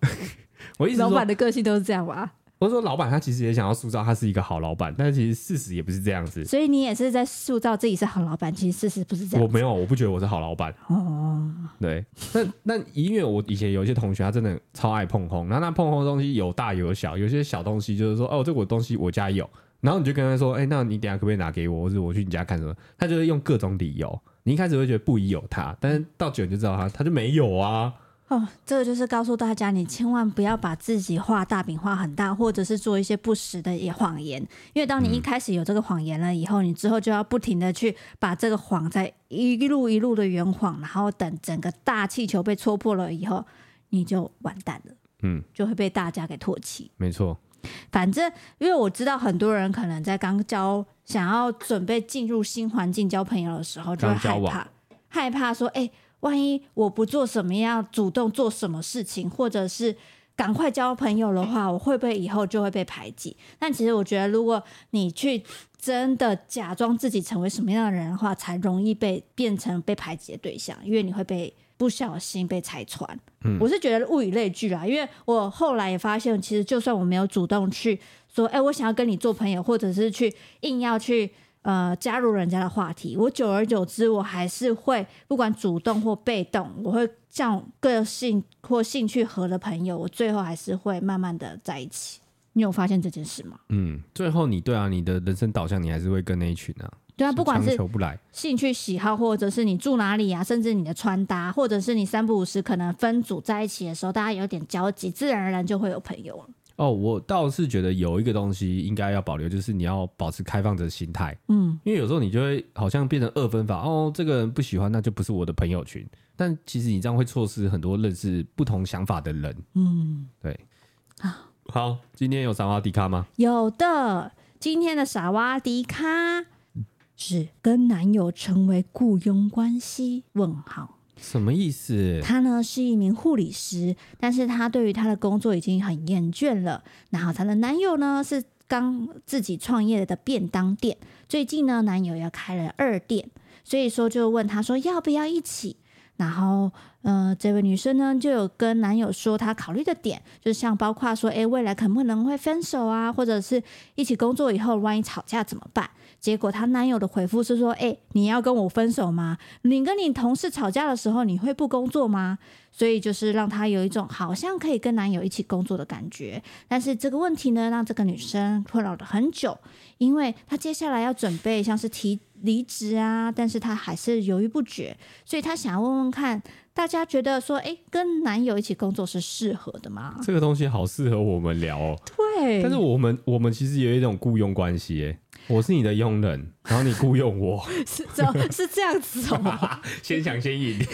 Speaker 1: 我一直
Speaker 2: 老
Speaker 1: 说
Speaker 2: 板的个性都是这样吧？
Speaker 1: 我说老板他其实也想要塑造他是一个好老板，但其实事实也不是这样子。
Speaker 2: 所以你也是在塑造自己是好老板，其实事实不是这
Speaker 1: 我
Speaker 2: 样。
Speaker 1: 没有，我不觉得我是好老板。
Speaker 2: 哦，
Speaker 1: 对，那那因为我以前有一些同学，他真的超爱碰轰，然后那碰轰的东西有大有小，有些小东西就是说，哦，这我东西我家有，然后你就跟他说，哎、那你等一下可不可以拿给我，或者我去你家看什么？他就会用各种理由，你一开始会觉得不疑有他，但是到久你就知道他他就没有啊，
Speaker 2: 哦，这个就是告诉大家，你千万不要把自己画大饼画很大，或者是做一些不实的也谎言，因为当你一开始有这个谎言了以后，你之后就要不停的去把这个谎再一路一路的圆谎，然后等整个大气球被戳破了以后，你就完蛋了，
Speaker 1: 嗯，
Speaker 2: 就会被大家给唾弃。
Speaker 1: 没错，
Speaker 2: 反正，因为我知道很多人可能在刚交，想要准备进入新环境交朋友的时候，就会
Speaker 1: 刚交
Speaker 2: 害
Speaker 1: 往
Speaker 2: 怕，害怕说，哎、万一我不做什么样，主动做什么事情，或者是赶快交朋友的话，我会不会以后就会被排挤？但其实我觉得，如果你去真的假装自己成为什么样的人的话，才容易被变成被排挤的对象，因为你会被不小心被拆穿。我是觉得物以类聚啦，因为我后来也发现，其实就算我没有主动去说，哎、我想要跟你做朋友，或者是去硬要去呃加入人家的话题，我久而久之，我还是会不管主动或被动，我会像个性或兴趣合的朋友，我最后还是会慢慢的在一起。你有发现这件事吗？
Speaker 1: 嗯，最后你对啊，你的人生导向你还是会跟那一群啊，
Speaker 2: 对啊，不管
Speaker 1: 强
Speaker 2: 是
Speaker 1: 求不来，
Speaker 2: 兴趣喜好，或者是你住哪里啊，甚至你的穿搭，或者是你三不五时可能分组在一起的时候，大家有点交集，自然而然就会有朋友了。
Speaker 1: 哦，我倒是觉得有一个东西应该要保留，就是你要保持开放者心态，
Speaker 2: 嗯，
Speaker 1: 因为有时候你就会好像变成二分法，哦，这个人不喜欢，那就不是我的朋友群。但其实你这样会错失很多认识不同想法的人。嗯，对。好，今天有赏花迪卡吗？
Speaker 2: 有的，今天的傻瓜迪卡是跟男友成为雇佣关系？问号。
Speaker 1: 什么意思？
Speaker 2: 她呢是一名护理师，但是她对于她的工作已经很厌倦了。然后她的男友呢是刚自己创业的便当店，最近呢男友要开了二店，所以说就问她说要不要一起。然后，呃，这位女生呢就有跟男友说她考虑的点，就像包括说，诶，未来可不可能会分手啊，或者是一起工作以后，万一吵架怎么办？结果她男友的回复是说：“哎、你要跟我分手吗？你跟你同事吵架的时候，你会不工作吗？”所以就是让她有一种好像可以跟男友一起工作的感觉。但是这个问题呢，让这个女生困扰了很久，因为她接下来要准备像是提离职啊，但是她还是犹豫不决，所以她想要问问看大家觉得说，哎、跟男友一起工作是适合的吗？
Speaker 1: 这个东西好适合我们聊哦。
Speaker 2: 对
Speaker 1: 但是我们我们其实有一种雇佣关系耶，我是你的佣人，然后你雇佣我，
Speaker 2: 是这是这样子哦、
Speaker 1: 先抢先赢。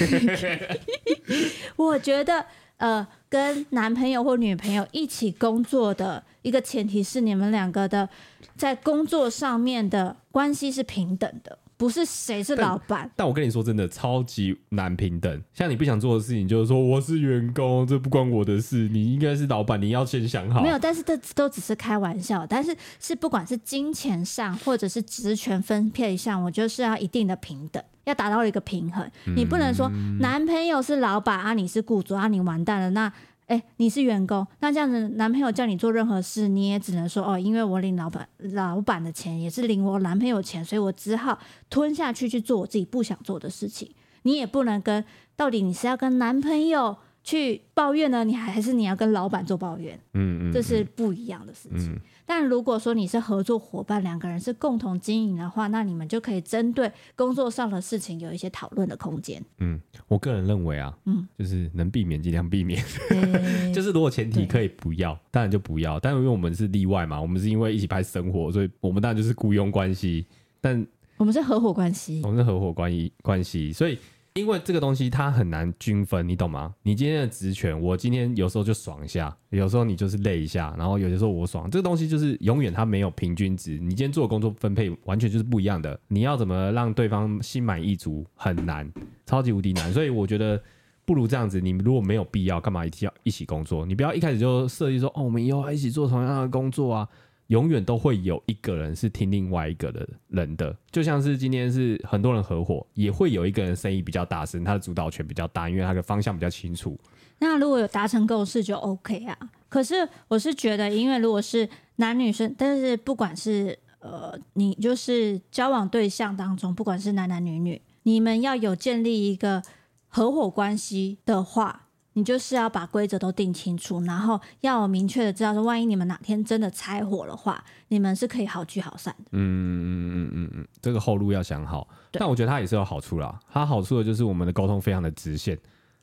Speaker 2: 我觉得，呃，跟男朋友或女朋友一起工作的一个前提是，你们两个的在工作上面的关系是平等的，不是谁是老板。
Speaker 1: 但我跟你说真的，超级难平等。像你不想做的事情，就是说我是员工，这不关我的事，你应该是老板，你要先想好。
Speaker 2: 没有，但是这都只是开玩笑。但是是不管是金钱上，或者是职权分配上，我觉得是要一定的平等，要达到一个平衡。你不能说男朋友是老板啊，你是雇主啊，你完蛋了那。哎，你是员工，那这样子，男朋友叫你做任何事，你也只能说哦，因为我领老板老板的钱，也是领我男朋友钱，所以我只好吞下去去做我自己不想做的事情。你也不能跟到底你是要跟男朋友去抱怨呢，你还还是你要跟老板做抱怨？
Speaker 1: 嗯嗯，
Speaker 2: 这是不一样的事情。但如果说你是合作伙伴，两个人是共同经营的话，那你们就可以针对工作上的事情有一些讨论的空间。
Speaker 1: 嗯，我个人认为啊，
Speaker 2: 嗯
Speaker 1: 就是能避免尽量避 免，
Speaker 2: 诶
Speaker 1: 就是如果前提
Speaker 2: 对
Speaker 1: 可以不要，当然就不要。但因为我们是例外嘛，我们是因为一起拍生活，所以我们当然就是雇佣关系，但
Speaker 2: 我们是合伙关系
Speaker 1: 我，们是合伙关系关系，所以。因为这个东西它很难均分，你懂吗？你今天的职权，我今天有时候就爽一下，有时候你就是累一下，然后有些时候我爽，这个东西就是永远它没有平均值。你今天做的工作分配完全就是不一样的，你要怎么让对方心满意足很难，超级无敌难。所以我觉得不如这样子，你如果没有必要，干嘛一定要一起工作？你不要一开始就设计说哦，我们以后要一起做同样的工作啊，永远都会有一个人是听另外一个的人的，就像是今天是很多人合伙，也会有一个人生意比较大声，他的主导权比较大，因为他的方向比较清楚。
Speaker 2: 那如果有达成共识就 OK 啊。可是我是觉得，因为如果是男女生，但是不管是呃，你就是交往对象当中，不管是男男女女，你们要有建立一个合伙关系的话，你就是要把规则都定清楚，然后要有明确的知道说，万一你们哪天真的拆伙的话，你们是可以好聚好散的。
Speaker 1: 嗯嗯嗯嗯嗯，这个后路要想好。
Speaker 2: 对
Speaker 1: 但我觉得它也是有好处啦，它好处的就是我们的沟通非常的直线。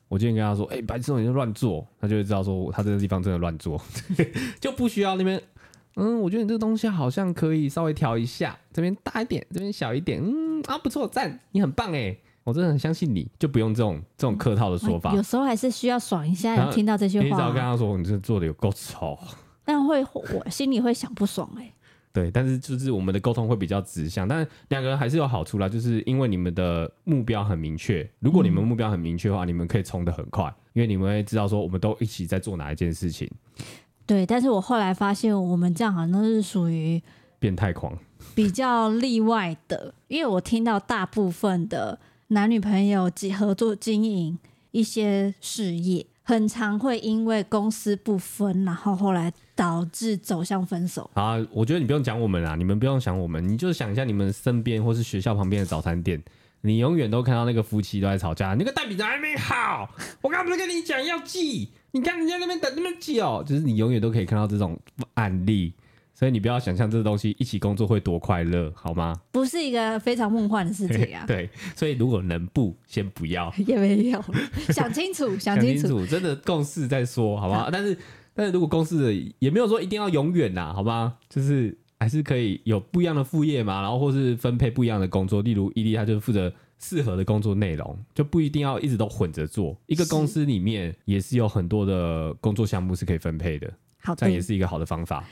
Speaker 1: 我今天跟他说，哎、白痴哦，你就乱做，他就会知道说他这个地方真的乱做，就不需要那边。嗯，我觉得你这个东西好像可以稍微调一下，这边大一点，这边小一点。嗯啊，不错，赞，你很棒哎，我真的很相信你，就不用这种这种客套的说法。
Speaker 2: 有时候还是需要爽一下，
Speaker 1: 然后
Speaker 2: 有听到这
Speaker 1: 你
Speaker 2: 句
Speaker 1: 只
Speaker 2: 话
Speaker 1: 要跟
Speaker 2: 啊，
Speaker 1: 他说你这做的有够丑，
Speaker 2: 但会我心里会想不爽哎、
Speaker 1: 对，但是就是我们的沟通会比较直向，但两个人还是有好处啦，就是因为你们的目标很明确。如果你们目标很明确的话，你们可以冲得很快，因为你们会知道说我们都一起在做哪一件事情。
Speaker 2: 对，但是我后来发现，我们这样好像都是属于
Speaker 1: 变态狂，
Speaker 2: 比较例外的，因为我听到大部分的男女朋友及合作经营一些事业，很常会因为公私不分，然后后来导致走向分手。
Speaker 1: 好啊，我觉得你不用讲我们啦，你们不用想我们，你就想一下你们身边或是学校旁边的早餐店，你永远都看到那个夫妻都在吵架，那个蛋饼怎么还没好？我刚不是跟你讲要寄，你看人家那边等那么久，就是你永远都可以看到这种案例，所以你不要想象这东西一起工作会多快乐，好吗？
Speaker 2: 不是一个非常梦幻的世界啊，
Speaker 1: 对，所以如果能不，先不要，
Speaker 2: 也没有想清楚，想清楚。
Speaker 1: 楚，真的共识再说，好不好？但是，但是如果共识的也没有说一定要永远呐，好吧？就是还是可以有不一样的副业嘛，然后或是分配不一样的工作，例如伊利他就是负责适合的工作内容，就不一定要一直都混着做。一个
Speaker 2: 是
Speaker 1: 公司里面也是有很多的工作项目是可以分配的，
Speaker 2: 好
Speaker 1: 这样
Speaker 2: 的
Speaker 1: 也，是一个好的方法。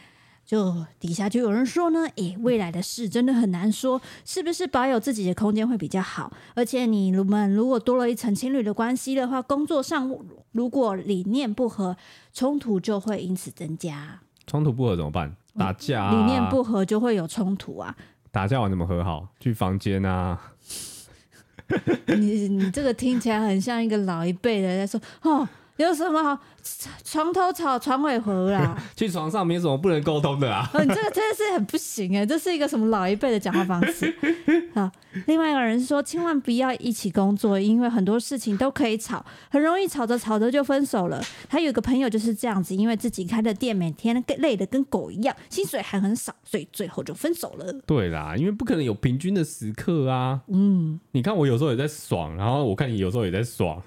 Speaker 2: 就底下就有人说呢，诶，未来的事真的很难说，是不是保有自己的空间会比较好？而且你们如果多了一层情侣的关系的话，工作上如果理念不合，冲突就会因此增加，
Speaker 1: 冲突不合怎么办？打架、啊，
Speaker 2: 哦理念不合就会有冲突啊。
Speaker 1: 打架完怎么和好？去房间啊，
Speaker 2: 你你这个听起来很像一个老一辈的在说，哦，有什么好床头吵床尾和啊啦？
Speaker 1: 去床上没什么不能沟通的啊。
Speaker 2: 哦，你这个真的是很不行哎，这是一个什么老一辈的讲话方式。好，另外一个人说，千万不要一起工作，因为很多事情都可以吵，很容易吵着吵着就分手了。他有一个朋友就是这样子，因为自己开的店，每天跟累得跟狗一样，薪水还很少，所以最后就分手了。
Speaker 1: 对啦，因为不可能有平均的时刻啊。
Speaker 2: 嗯，
Speaker 1: 你看我有时候也在爽，然后我看你有时候也在爽，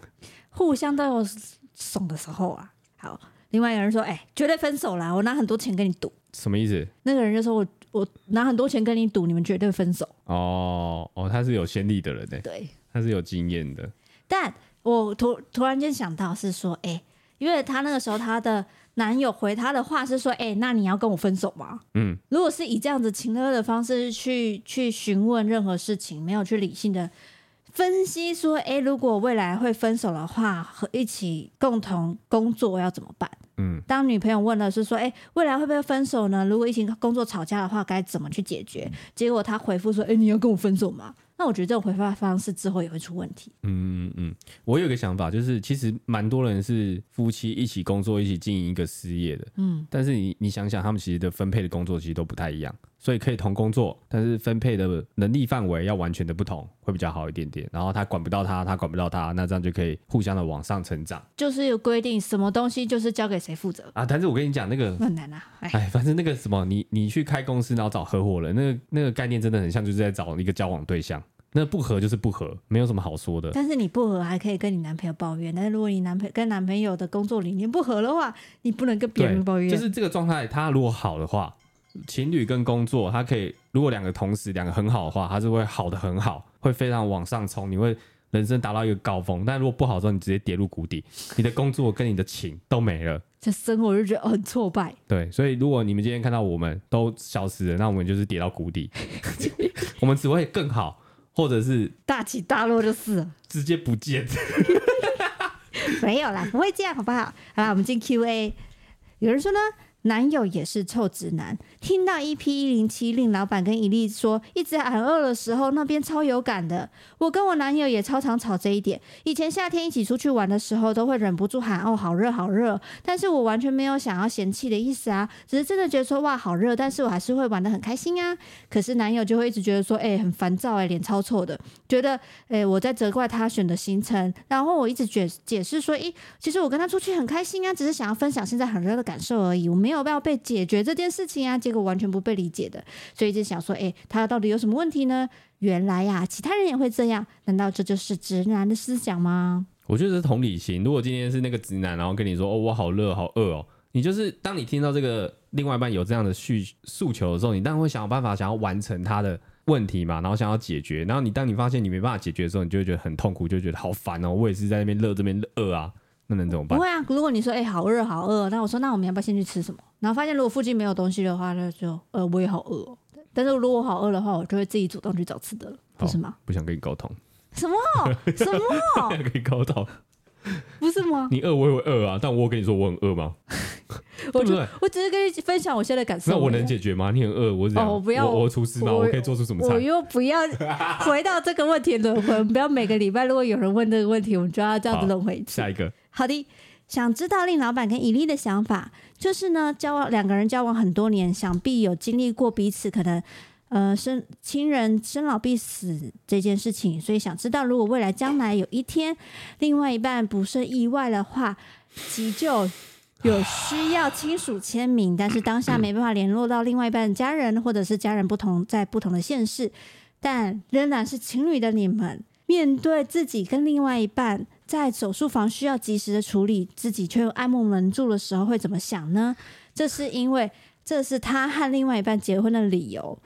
Speaker 2: 互相都有怂的时候啊。好，另外一个人说，哎、绝对分手啦，我拿很多钱跟你赌。
Speaker 1: 什么意思？
Speaker 2: 那个人就说我我拿很多钱跟你赌，你们绝对分手。
Speaker 1: 哦哦，他是有先例的人呢，
Speaker 2: 对。
Speaker 1: 他是有经验的。
Speaker 2: 但我突突然间想到是说，哎、因为她那个时候她的男友回她的话是说，哎、那你要跟我分手吗？
Speaker 1: 嗯，
Speaker 2: 如果是以这样子情勒的方式去去询问任何事情，没有去理性的分析说，哎、如果未来会分手的话，和一起共同工作要怎么办？
Speaker 1: 嗯，
Speaker 2: 当女朋友问了是说，哎、未来会不会分手呢？如果一起工作吵架的话，该怎么去解决？结果他回复说，哎、你要跟我分手吗？那我觉得这种回复方式之后也会出问题。
Speaker 1: 嗯嗯嗯，我有一个想法，就是其实蛮多人是夫妻一起工作，一起经营一个事业的。
Speaker 2: 嗯，
Speaker 1: 但是你你想想，他们其实的分配的工作其实都不太一样，所以可以同工作，但是分配的能力范围要完全的不同，会比较好一点点。然后他管不到他，他管不到他，那这样就可以互相的往上成长
Speaker 2: 就是有规定，什么东西就是交给谁负责，
Speaker 1: 啊。但是我跟你讲，那个
Speaker 2: 很难啊。哎，
Speaker 1: 哎，反正那个什么，你你去开公司，然后找合伙人，那个那个概念真的很像，就是在找一个交往对象。那不合就是不合，没有什么好说的。
Speaker 2: 但是你不合还可以跟你男朋友抱怨，但是如果你男朋跟男朋友的工作理念不合的话，你不能跟别人抱怨。
Speaker 1: 就是这个状态，他如果好的话，情侣跟工作，他可以如果两个同时两个很好的话，他是会好的很好，会非常往上冲，你会人生达到一个高峰。但如果不好的时候，你直接跌入谷底，你的工作跟你的情都没了。
Speaker 2: 这生活就觉得哦很挫败。
Speaker 1: 对，所以如果你们今天看到我们都消失了，那我们就是跌到谷 底， 我们只会更好，或者是
Speaker 2: 大起大落就是了，
Speaker 1: 直接不见。
Speaker 2: 没有啦，不会这样，好不好？好啦，我们进 Q&A。有人说呢，男友也是臭直男。听到 EP 一零七令老板跟伊利说，一直喊饿的时候，那边超有感的。我跟我男友也超常吵这一点。以前夏天一起出去玩的时候，都会忍不住喊哦，好热，好热。但是我完全没有想要嫌弃的意思啊，只是真的觉得说哇，好热，但是我还是会玩的很开心啊。可是男友就会一直觉得说，哎、很烦躁、哎，脸超臭的，觉得哎、我在责怪他选的行程。然后我一直解解释说，诶、其实我跟他出去很开心啊，只是想要分享现在很热的感受而已，我没有要被解决这件事情啊，结果完全不被理解的，所以一直想说，诶、他到底有什么问题呢？原来呀、其他人也会这样，难道这就是直男的思想吗？
Speaker 1: 我觉得是同理心。如果今天是那个直男，然后跟你说：“哦，我好热，好饿哦。”你就是当你听到这个另外一半有这样的需诉求的时候，你当然会想办法想要完成他的问题嘛，然后想要解决。然后你当你发现你没办法解决的时候，你就会觉得很痛苦，就会觉得好烦哦。我也是在那边热，这边饿啊，那能怎么
Speaker 2: 不
Speaker 1: 办？
Speaker 2: 会啊，如果你说哎、好饿好饿，那我说那我们要不要先去吃什么？然后发现如果附近没有东西的话，那就呃我也好饿、哦。但是如果我好饿的话，我就会自己主动去找吃的了，不是吗？
Speaker 1: 不想跟你沟通，
Speaker 2: 什么什
Speaker 1: 不
Speaker 2: 么
Speaker 1: 想跟你沟通。
Speaker 2: 不是吗？
Speaker 1: 你饿我也会饿啊，但我有跟你说我很饿吗？
Speaker 2: 我
Speaker 1: 对
Speaker 2: 就
Speaker 1: 不对
Speaker 2: 我只是跟你分享我现在的感受而已
Speaker 1: 那
Speaker 2: 啊。
Speaker 1: 我能解决吗？你很饿，我是这样
Speaker 2: 哦我不要
Speaker 1: 我我厨师吗？
Speaker 2: 我
Speaker 1: 我可以做出什么
Speaker 2: 我
Speaker 1: 菜？
Speaker 2: 又不要回到这个问题轮回，我们不要每个礼拜如果有人问这个问题，我们就要这样子轮回一次
Speaker 1: 下。一个，
Speaker 2: 好的，想知道令老板跟伊利的想法，就是呢，交往两个人交往很多年，想必有经历过彼此可能。呃，生亲人生老病死这件事情，所以想知道，如果未来将来有一天，另外一半不慎意外的话，急救有需要亲属签名，但是当下没办法联络到另外一半的家人，或者是家人不同在不同的县市，但仍然是情侣的你们，面对自己跟另外一半在手术房需要及时的处理，自己却又爱莫能助的时候会怎么想呢？这是因为这是他和另外一半结婚的理由，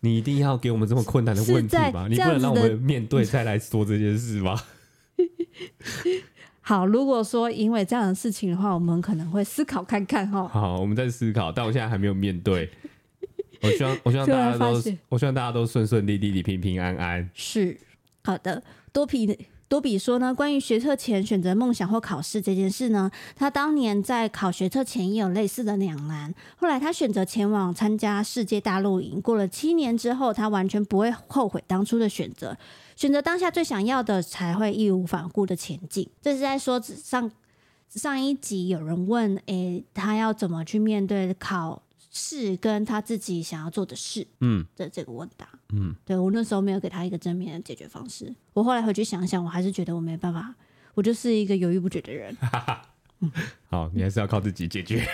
Speaker 1: 你一定要给我们这么困难的问题
Speaker 2: 是在
Speaker 1: 吗？你
Speaker 2: 这
Speaker 1: 不
Speaker 2: 样
Speaker 1: 能
Speaker 2: 子的
Speaker 1: 让我们面对再来说这件事吗？
Speaker 2: 好，如果说因为这样的事情的话，我们可能会思考看看哦哈。
Speaker 1: 好，我们在思考，但我现在还没有面对。我希望，我希望
Speaker 2: 突
Speaker 1: 大
Speaker 2: 然
Speaker 1: 家
Speaker 2: 发
Speaker 1: 都
Speaker 2: 现，
Speaker 1: 我希望大家都顺顺利利、平平安安。
Speaker 2: 是好的，多比。多比说呢，关于学测前选择梦想或考试这件事呢，他当年在考学测前也有类似的两难。后来他选择前往参加世界大陆营，过了七年之后，他完全不会后悔当初的选择，选择当下最想要的，才会义无反顾的前进。这是在说上上一集有人问，诶、他要怎么去面对考试跟他自己想要做的事
Speaker 1: 嗯，
Speaker 2: 的这个问答。
Speaker 1: 嗯，
Speaker 2: 对我那时候没有给他一个正面的解决方式。我后来回去想想，我还是觉得我没办法，我就是一个犹豫不决的人。
Speaker 1: 好，你还是要靠自己解 决。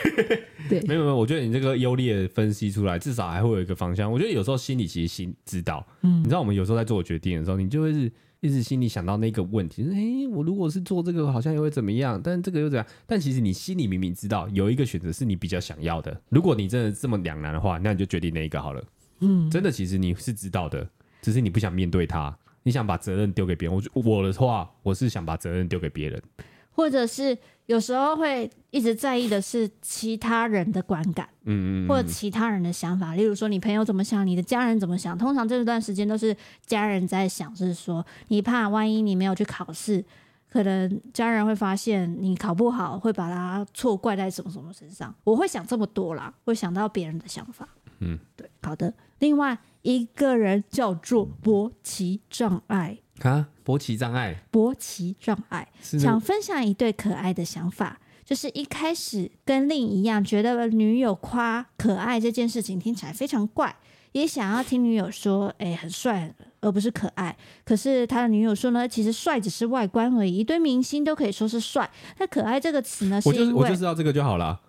Speaker 2: 对
Speaker 1: 没有没有，我觉得你这个优劣分析出来，至少还会有一个方向。我觉得有时候心里其实心知道，嗯，你知道我们有时候在做决定的时候，你就会是一直心里想到那个问题，哎、诶我如果是做这个，好像又会怎么样？但这个又怎样？但其实你心里明明知道有一个选择是你比较想要的。如果你真的这么两难的话，那你就决定那一个好了。嗯，真的，其实你是知道的，只是你不想面对它，你想把责任丢给别人。我就我的话，我是想把责任丢给别人。
Speaker 2: 或者是有时候会一直在意的是其他人的观感，
Speaker 1: 嗯嗯嗯，
Speaker 2: 或者其他人的想法，例如说你朋友怎么想，你的家人怎么想。通常这段时间都是家人在想，是说你怕万一你没有去考试，可能家人会发现你考不好，会把它错怪在什么什么身上。我会想这么多啦，会想到别人的想法。
Speaker 1: 嗯，
Speaker 2: 对，好的。另外一个人叫做勃起障碍，
Speaker 1: 啊，勃起障碍
Speaker 2: 勃起障碍。
Speaker 1: 是那
Speaker 2: 想分享一对可爱的想法，就是一开始跟另一样，觉得女友夸可爱这件事情听起来非常怪，也想要听女友说，哎、很帅，而不是可爱。可是他的女友说呢，其实帅只是外观而已，一堆明星都可以说是帅，那可爱这个词啊呢，是
Speaker 1: 我就是
Speaker 2: 因
Speaker 1: 我
Speaker 2: 为、
Speaker 1: 就知道这个就好了，啊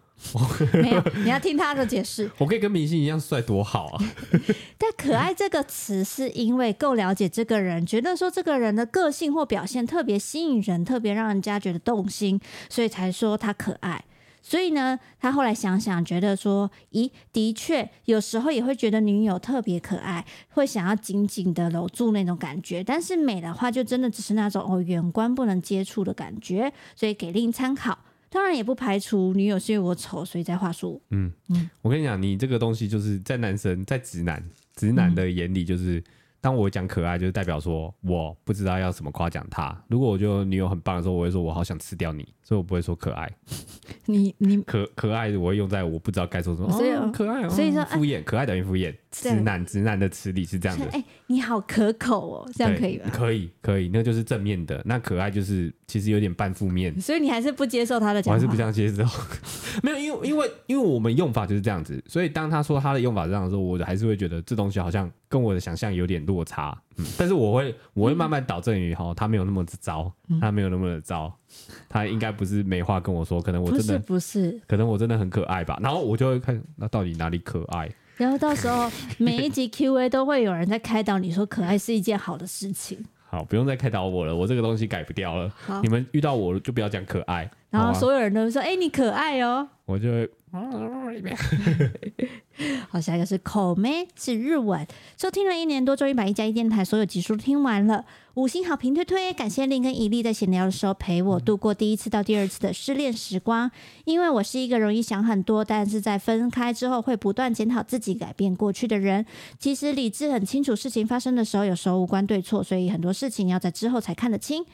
Speaker 2: 没有，你要听他的解释。
Speaker 1: 我可以跟明星一样帅多好啊！
Speaker 2: 但可爱这个词是因为够了解这个人，觉得说这个人的个性或表现特别吸引人，特别让人家觉得动心，所以才说他可爱。所以呢，他后来想想，觉得说，咦，的确，有时候也会觉得女友特别可爱，会想要紧紧的搂住那种感觉。但是美的话，就真的只是那种哦，远观不能接触的感觉，所以给令参考。当然也不排除女友是因为我丑，所以才话术
Speaker 1: 嗯我跟你讲，你这个东西就是在男生在直男直男的眼里，就是、当我讲可爱，就是代表说我不知道要怎么夸奖他。如果我觉得女友很棒的时候，我会说我好想吃掉你，所以我不会说可爱。
Speaker 2: 你你
Speaker 1: 可可爱我会用在我不知道该说什么，
Speaker 2: 所以
Speaker 1: 哦可爱，哦
Speaker 2: 所以说哎
Speaker 1: 敷衍，可爱等于敷衍。
Speaker 2: 啊对
Speaker 1: 直男直男的词理是这样的
Speaker 2: 哎、，你好可口哦，这样可以
Speaker 1: 对
Speaker 2: 吧？
Speaker 1: 可以可以，那就是正面的。那可爱就是其实有点半负面，
Speaker 2: 所以你还是不接受他的
Speaker 1: 我
Speaker 2: 讲
Speaker 1: 还
Speaker 2: 法，
Speaker 1: 是不相信这种， 没有，因为因为因为我们用法就是这样子，所以当他说他的用法是这样的时候，我还是会觉得这东西好像跟我的想象有点落差。嗯，但是我会我会慢慢导正于哈、他没有那么糟，
Speaker 2: 嗯
Speaker 1: 他没有那么的糟，他应该不是没话跟我说，可能我
Speaker 2: 不
Speaker 1: 真
Speaker 2: 是
Speaker 1: 的
Speaker 2: 不是。
Speaker 1: 可能我真的很可爱吧。然后我就会看那到底哪里可爱。
Speaker 2: 然后到时候每一集 Q&A 都会有人在开导你说，可爱是一件好的事情。
Speaker 1: 好，不用再开导我了，我这个东西改不掉了。
Speaker 2: 好
Speaker 1: 你，们遇到我就不要讲可爱，
Speaker 2: 然后
Speaker 1: 好吗啊
Speaker 2: 所有人都说：“哎、你可爱哦。
Speaker 1: 我就会。”
Speaker 2: 好，下一个是口妹，是日文。收听了一年多，终于把一加一电台所有集数听完了，五星好评推推。感谢令跟一力在闲聊的时候陪我度过第一次到第二次的失恋时光。因为我是一个容易想很多，但是在分开之后会不断检讨自己、改变过去的人。其实理智很清楚，事情发生的时候有时候无关对错，所以很多事情要在之后才看得清。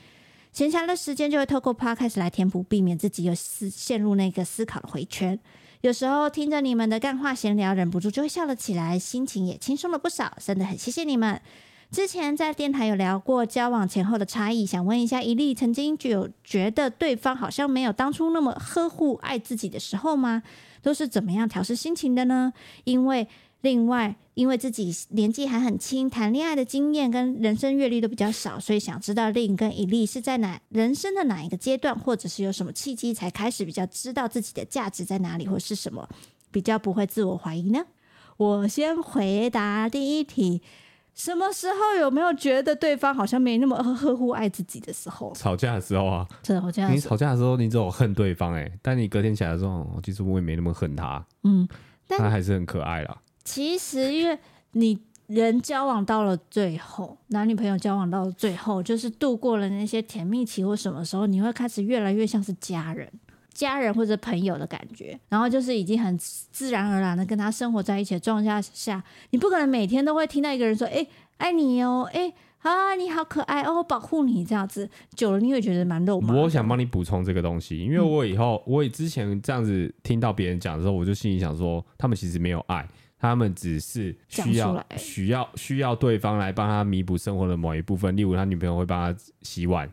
Speaker 2: 闲暇的时间就会透过 podcast 来填补，避免自己有思陷入那个思考的回圈。有时候听着你们的干话闲聊，忍不住就会笑了起来，心情也轻松了不少，真的很谢谢你们。之前在电台有聊过交往前后的差异，想问一下，一丽曾经就有觉得对方好像没有当初那么呵护爱自己的时候吗？都是怎么样调试心情的呢？因为另外，因为自己年纪还很轻，谈恋爱的经验跟人生阅历都比较少，所以想知道令跟一丽是在哪人生的哪一个阶段，或者是有什么契机才开始比较知道自己的价值在哪里，或是什么比较不会自我怀疑呢？我先回答第一题：什么时候有没有觉得对方好像没那么呵护爱自己的时候？
Speaker 1: 吵架的时候啊，
Speaker 2: 真的，我这样
Speaker 1: 你吵架的时候，你只有恨对方哎、但你隔天起来的时候，其实我也没那么恨他，
Speaker 2: 嗯，但
Speaker 1: 他还是很可爱啦。
Speaker 2: 其实，因为你人交往到了最后，男女朋友交往到了最后，就是度过了那些甜蜜期或什么时候，你会开始越来越像是家人。家人或者朋友的感觉，然后就是已经很自然而然的跟他生活在一起的状态下，你不可能每天都会听到一个人说：“哎、爱你哦，哎、啊，你好可爱哦，我保护你。”这样子久了，你会觉得蛮肉麻的。
Speaker 1: 我嗯想帮你补充这个东西，因为我以后、我以之前这样子听到别人讲的时候，我就心里想说，他们其实没有爱，他们只是需
Speaker 2: 讲出
Speaker 1: 要
Speaker 2: 来
Speaker 1: 需要需要对方来帮他弥补生活的某一部分，例如他女朋友会帮他洗碗，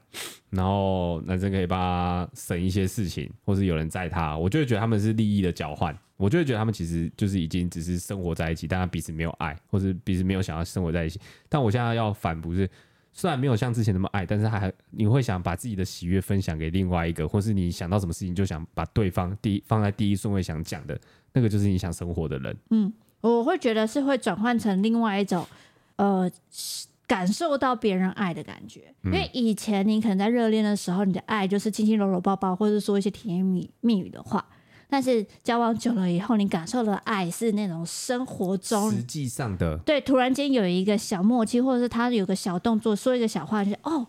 Speaker 1: 然后男生可以帮他省一些事情，或是有人载他，我就会觉得他们是利益的交换。我就会觉得他们其实就是已经只是生活在一起，但他彼此没有爱，或是彼此没有想要生活在一起。但我现在要反驳是，虽然没有像之前那么爱，但是还你会想把自己的喜悦分享给另外一个，或是你想到什么事情就想把对方第一放在第一顺位想讲的那个，就是你想生活的人。
Speaker 2: 我会觉得是会转换成另外一种，呃，是感受到别人爱的感觉。
Speaker 1: 嗯
Speaker 2: 因为以前你可能在热恋的时候，你的爱就是亲亲搂搂抱抱，或者说一些甜言蜜蜜语的话。但是交往久了以后，你感受的爱是那种生活中
Speaker 1: 实际上的，
Speaker 2: 对，突然间有一个小默契，或者是他有个小动作，说一个小话，就是哦，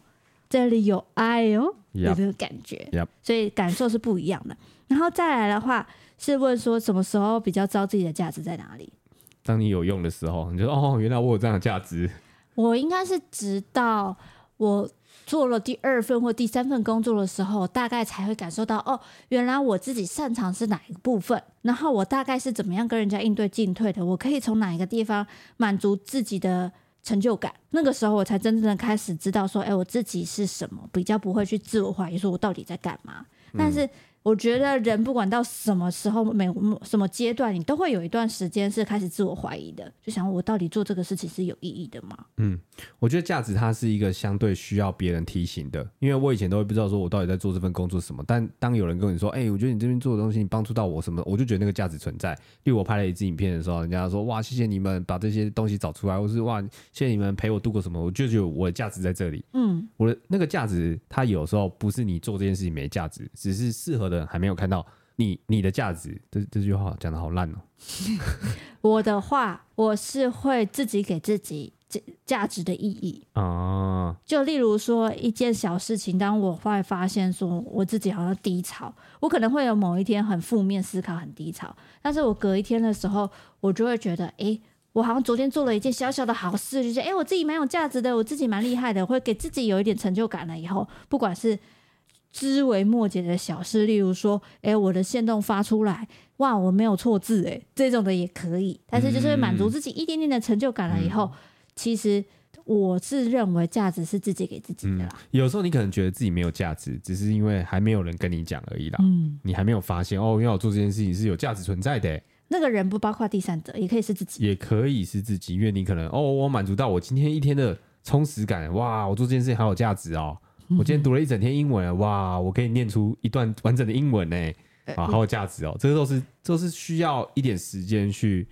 Speaker 2: 这里有爱哦，有
Speaker 1: Yup
Speaker 2: 这个感觉
Speaker 1: Yup
Speaker 2: 所以感受是不一样的。然后再来的话，是问说什么时候比较知道自己的价值在哪里？
Speaker 1: 当你有用的时候，你就说哦，原来我有这样的价值。
Speaker 2: 我应该是直到我做了第二份或第三份工作的时候，大概才会感受到哦，原来我自己擅长是哪一个部分，然后我大概是怎么样跟人家应对进退的，我可以从哪一个地方满足自己的成就感。那个时候，我才真正的开始知道说，哎，我自己是什么，比较不会去自我怀疑，说我到底在干嘛。但是。我觉得人不管到什么时候、每什么阶段，你都会有一段时间是开始自我怀疑的，就想我到底做这个事情是有意义的吗？
Speaker 1: 我觉得价值它是一个相对需要别人提醒的，因为我以前都会不知道说我到底在做这份工作什么，但当有人跟你说，哎、我觉得你这边做的东西你帮助到我什么，我就觉得那个价值存在。例如我拍了一支影片的时候，人家说哇，谢谢你们把这些东西找出来，或是哇，谢谢你们陪我度过什么，我就觉得我的价值在这里。
Speaker 2: 嗯，
Speaker 1: 我的那个价值，它有时候不是你做这件事情没价值，只是适合的人还没有看到你你的价值。这这句话讲的好烂哦、
Speaker 2: 我的话，我是会自己给自己价价值的意义。
Speaker 1: 啊，
Speaker 2: 就例如说一件小事情，当我会发现说我自己好像低潮，我可能会有某一天很负面思考、很低潮，但是我隔一天的时候，我就会觉得，诶，我好像昨天做了一件小小的好事，就是诶，我自己蛮有价值的，我自己蛮厉害的，会给自己有一点成就感了。以后不管是枝微末节的小事，例如说，诶，我的线动发出来，哇，我没有错字，诶，这种的也可以，但是就是会满足自己一点点的成就感了以后，其实。我是认为价值是自己给自己的啦。
Speaker 1: 有时候你可能觉得自己没有价值，只是因为还没有人跟你讲而已啦。
Speaker 2: 嗯，
Speaker 1: 你还没有发现哦，原来我做这件事情是有价值存在的欸，
Speaker 2: 那个人不包括第三者，也可以是自己。
Speaker 1: 也可以是自己，因为你可能哦，我满足到我今天一天的充实感，哇，我做这件事情好有价值哦。我今天读了一整天英文，哇，我可以念出一段完整的英文呢，啊，好有价值哦。这个都是都是需要一点时间去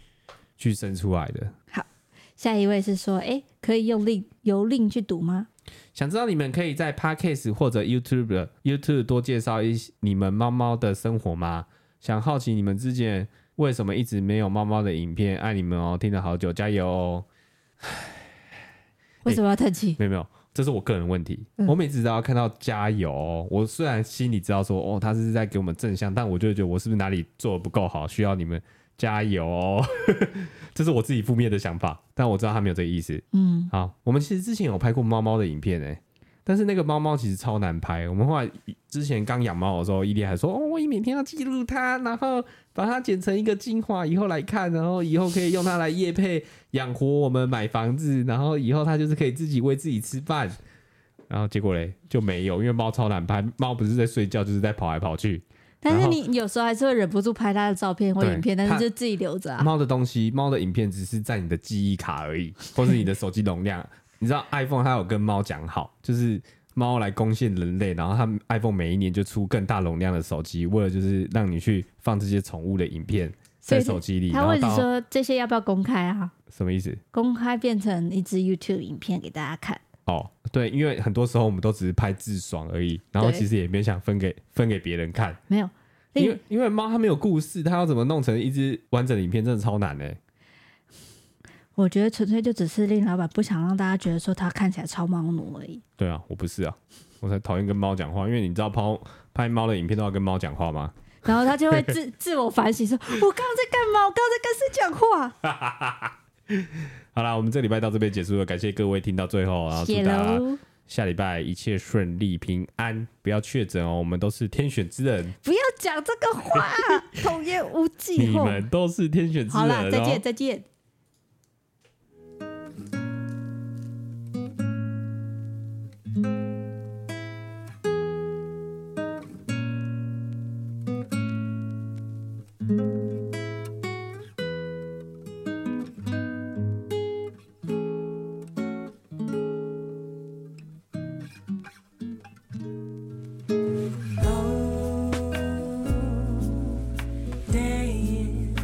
Speaker 1: 去生出来的。
Speaker 2: 下一位是说，哎、可以用令由令去读吗？
Speaker 1: 想知道你们可以在 Podcast 或者 YouTube YouTube 多介绍一些你们猫猫的生活吗？想好奇你们之前为什么一直没有猫猫的影片？爱你们哦，听了好久，加油哦！
Speaker 2: 为什么要叹气？
Speaker 1: 没有没有，这是我个人问题。
Speaker 2: 嗯
Speaker 1: 我每次只要看到加油哦，我虽然心里知道说哦，他是在给我们正向，但我就会觉得我是不是哪里做的不够好，需要你们加油 哦。这是我自己负面的想法，但我知道他没有这个意思。
Speaker 2: 嗯，
Speaker 1: 好，我们其实之前有拍过猫猫的影片诶、欸但是那个猫猫其实超难拍。我们后来之前刚养猫的时候，伊利还说：“哦，我每天要记录它，然后把它剪成一个精华，以后来看，然后以后可以用它来业配养活我们买房子，然后以后它就是可以自己喂自己吃饭。”然后结果嘞就没有，因为猫超难拍，猫不是在睡觉就是在跑来跑去。
Speaker 2: 但
Speaker 1: 然
Speaker 2: 是
Speaker 1: 后
Speaker 2: 你有时候还是会忍不住拍他的照片或
Speaker 1: 对
Speaker 2: 影片，但是
Speaker 1: 他
Speaker 2: 就自己留着啊。
Speaker 1: 猫的东西，猫的影片只是在你的记忆卡而已，或是你的手机容量。你知道 iPhone 它有跟猫讲好，就是猫来攻陷人类，然后它们 iPhone 每一年就出更大容量的手机，为了就是让你去放这些宠物的影片在
Speaker 2: 所以
Speaker 1: 手机里。然
Speaker 2: 他
Speaker 1: 后
Speaker 2: 问你
Speaker 1: 到
Speaker 2: 说这些要不要公开啊？
Speaker 1: 什么意思？
Speaker 2: 公开变成一支 YouTube 影片给大家看。
Speaker 1: 哦，对，因为很多时候我们都只是拍自爽而已，然后
Speaker 2: 对哎
Speaker 1: 其实也没想分给分给别人看，
Speaker 2: 没有，
Speaker 1: 因
Speaker 2: 另
Speaker 1: 为因为猫它没有故事，它要怎么弄成一支完整的影片，真的超难的、欸
Speaker 2: 我觉得纯粹就只是令老板不想让大家觉得说他看起来超猫奴而已。
Speaker 1: 对啊，我不是啊，我才讨厌跟猫讲话，因为你知道猫拍猫的影片都要跟猫讲话吗？
Speaker 2: 然后他就会 自自我反省说：“我刚刚在干嘛？我刚刚在跟谁讲话
Speaker 1: 好啦，我们这礼拜到这边结束了，感谢各位听到最后，然？”后祝
Speaker 2: 谢
Speaker 1: 大家
Speaker 2: 喽，
Speaker 1: 下礼拜一切顺利平安，不要确诊哦，我们都是天选之人，
Speaker 2: 不要讲这个 话，童言无忌
Speaker 1: 你
Speaker 2: 后。
Speaker 1: 们都是天选之
Speaker 2: 好
Speaker 1: 人、哦，
Speaker 2: 啦，再见，再见。
Speaker 4: Oh, Day in,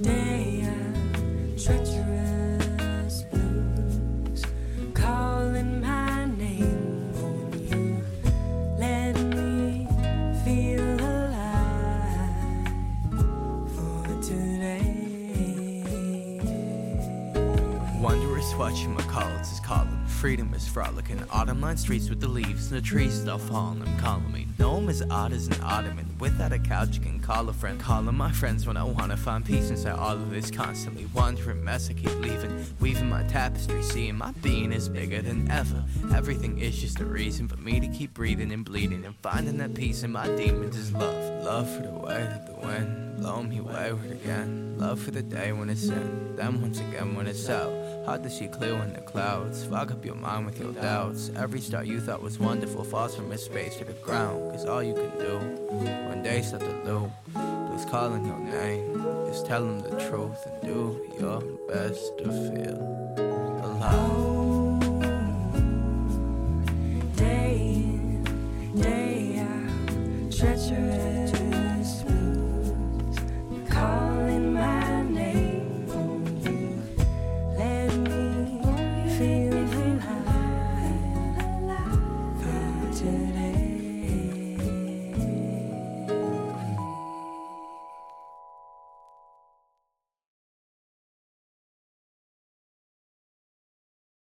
Speaker 4: day out, treacherous blues, calling my name on you. Let me feel alive for today.
Speaker 5: Wanderers watching McCollins is calling. Freedom is frolicking. Autumn lined streets with the leaves and the trees still falling. I'm calling me. Gnome as odd as an ottoman. Without a couch, you can call a friend. Calling my friends when I wanna find peace inside all of this. Constantly wandering mess, I keep leaving. Weaving my tapestry, seeing my being is bigger than ever. Everything is just a reason for me to keep breathing and bleeding. And finding that peace in my demons is love. Love for the weight of the wind. Blow me wayward again. Love for the day when it's in. Then once again when it's out. Hard to see clear in the clouds. Fog up your mind with your doubts. Every star you thought was wonderful falls from its space to the ground. Cause all you can do when they start to loop, is calling your name. Is tell them the truth and do your best to feel alive.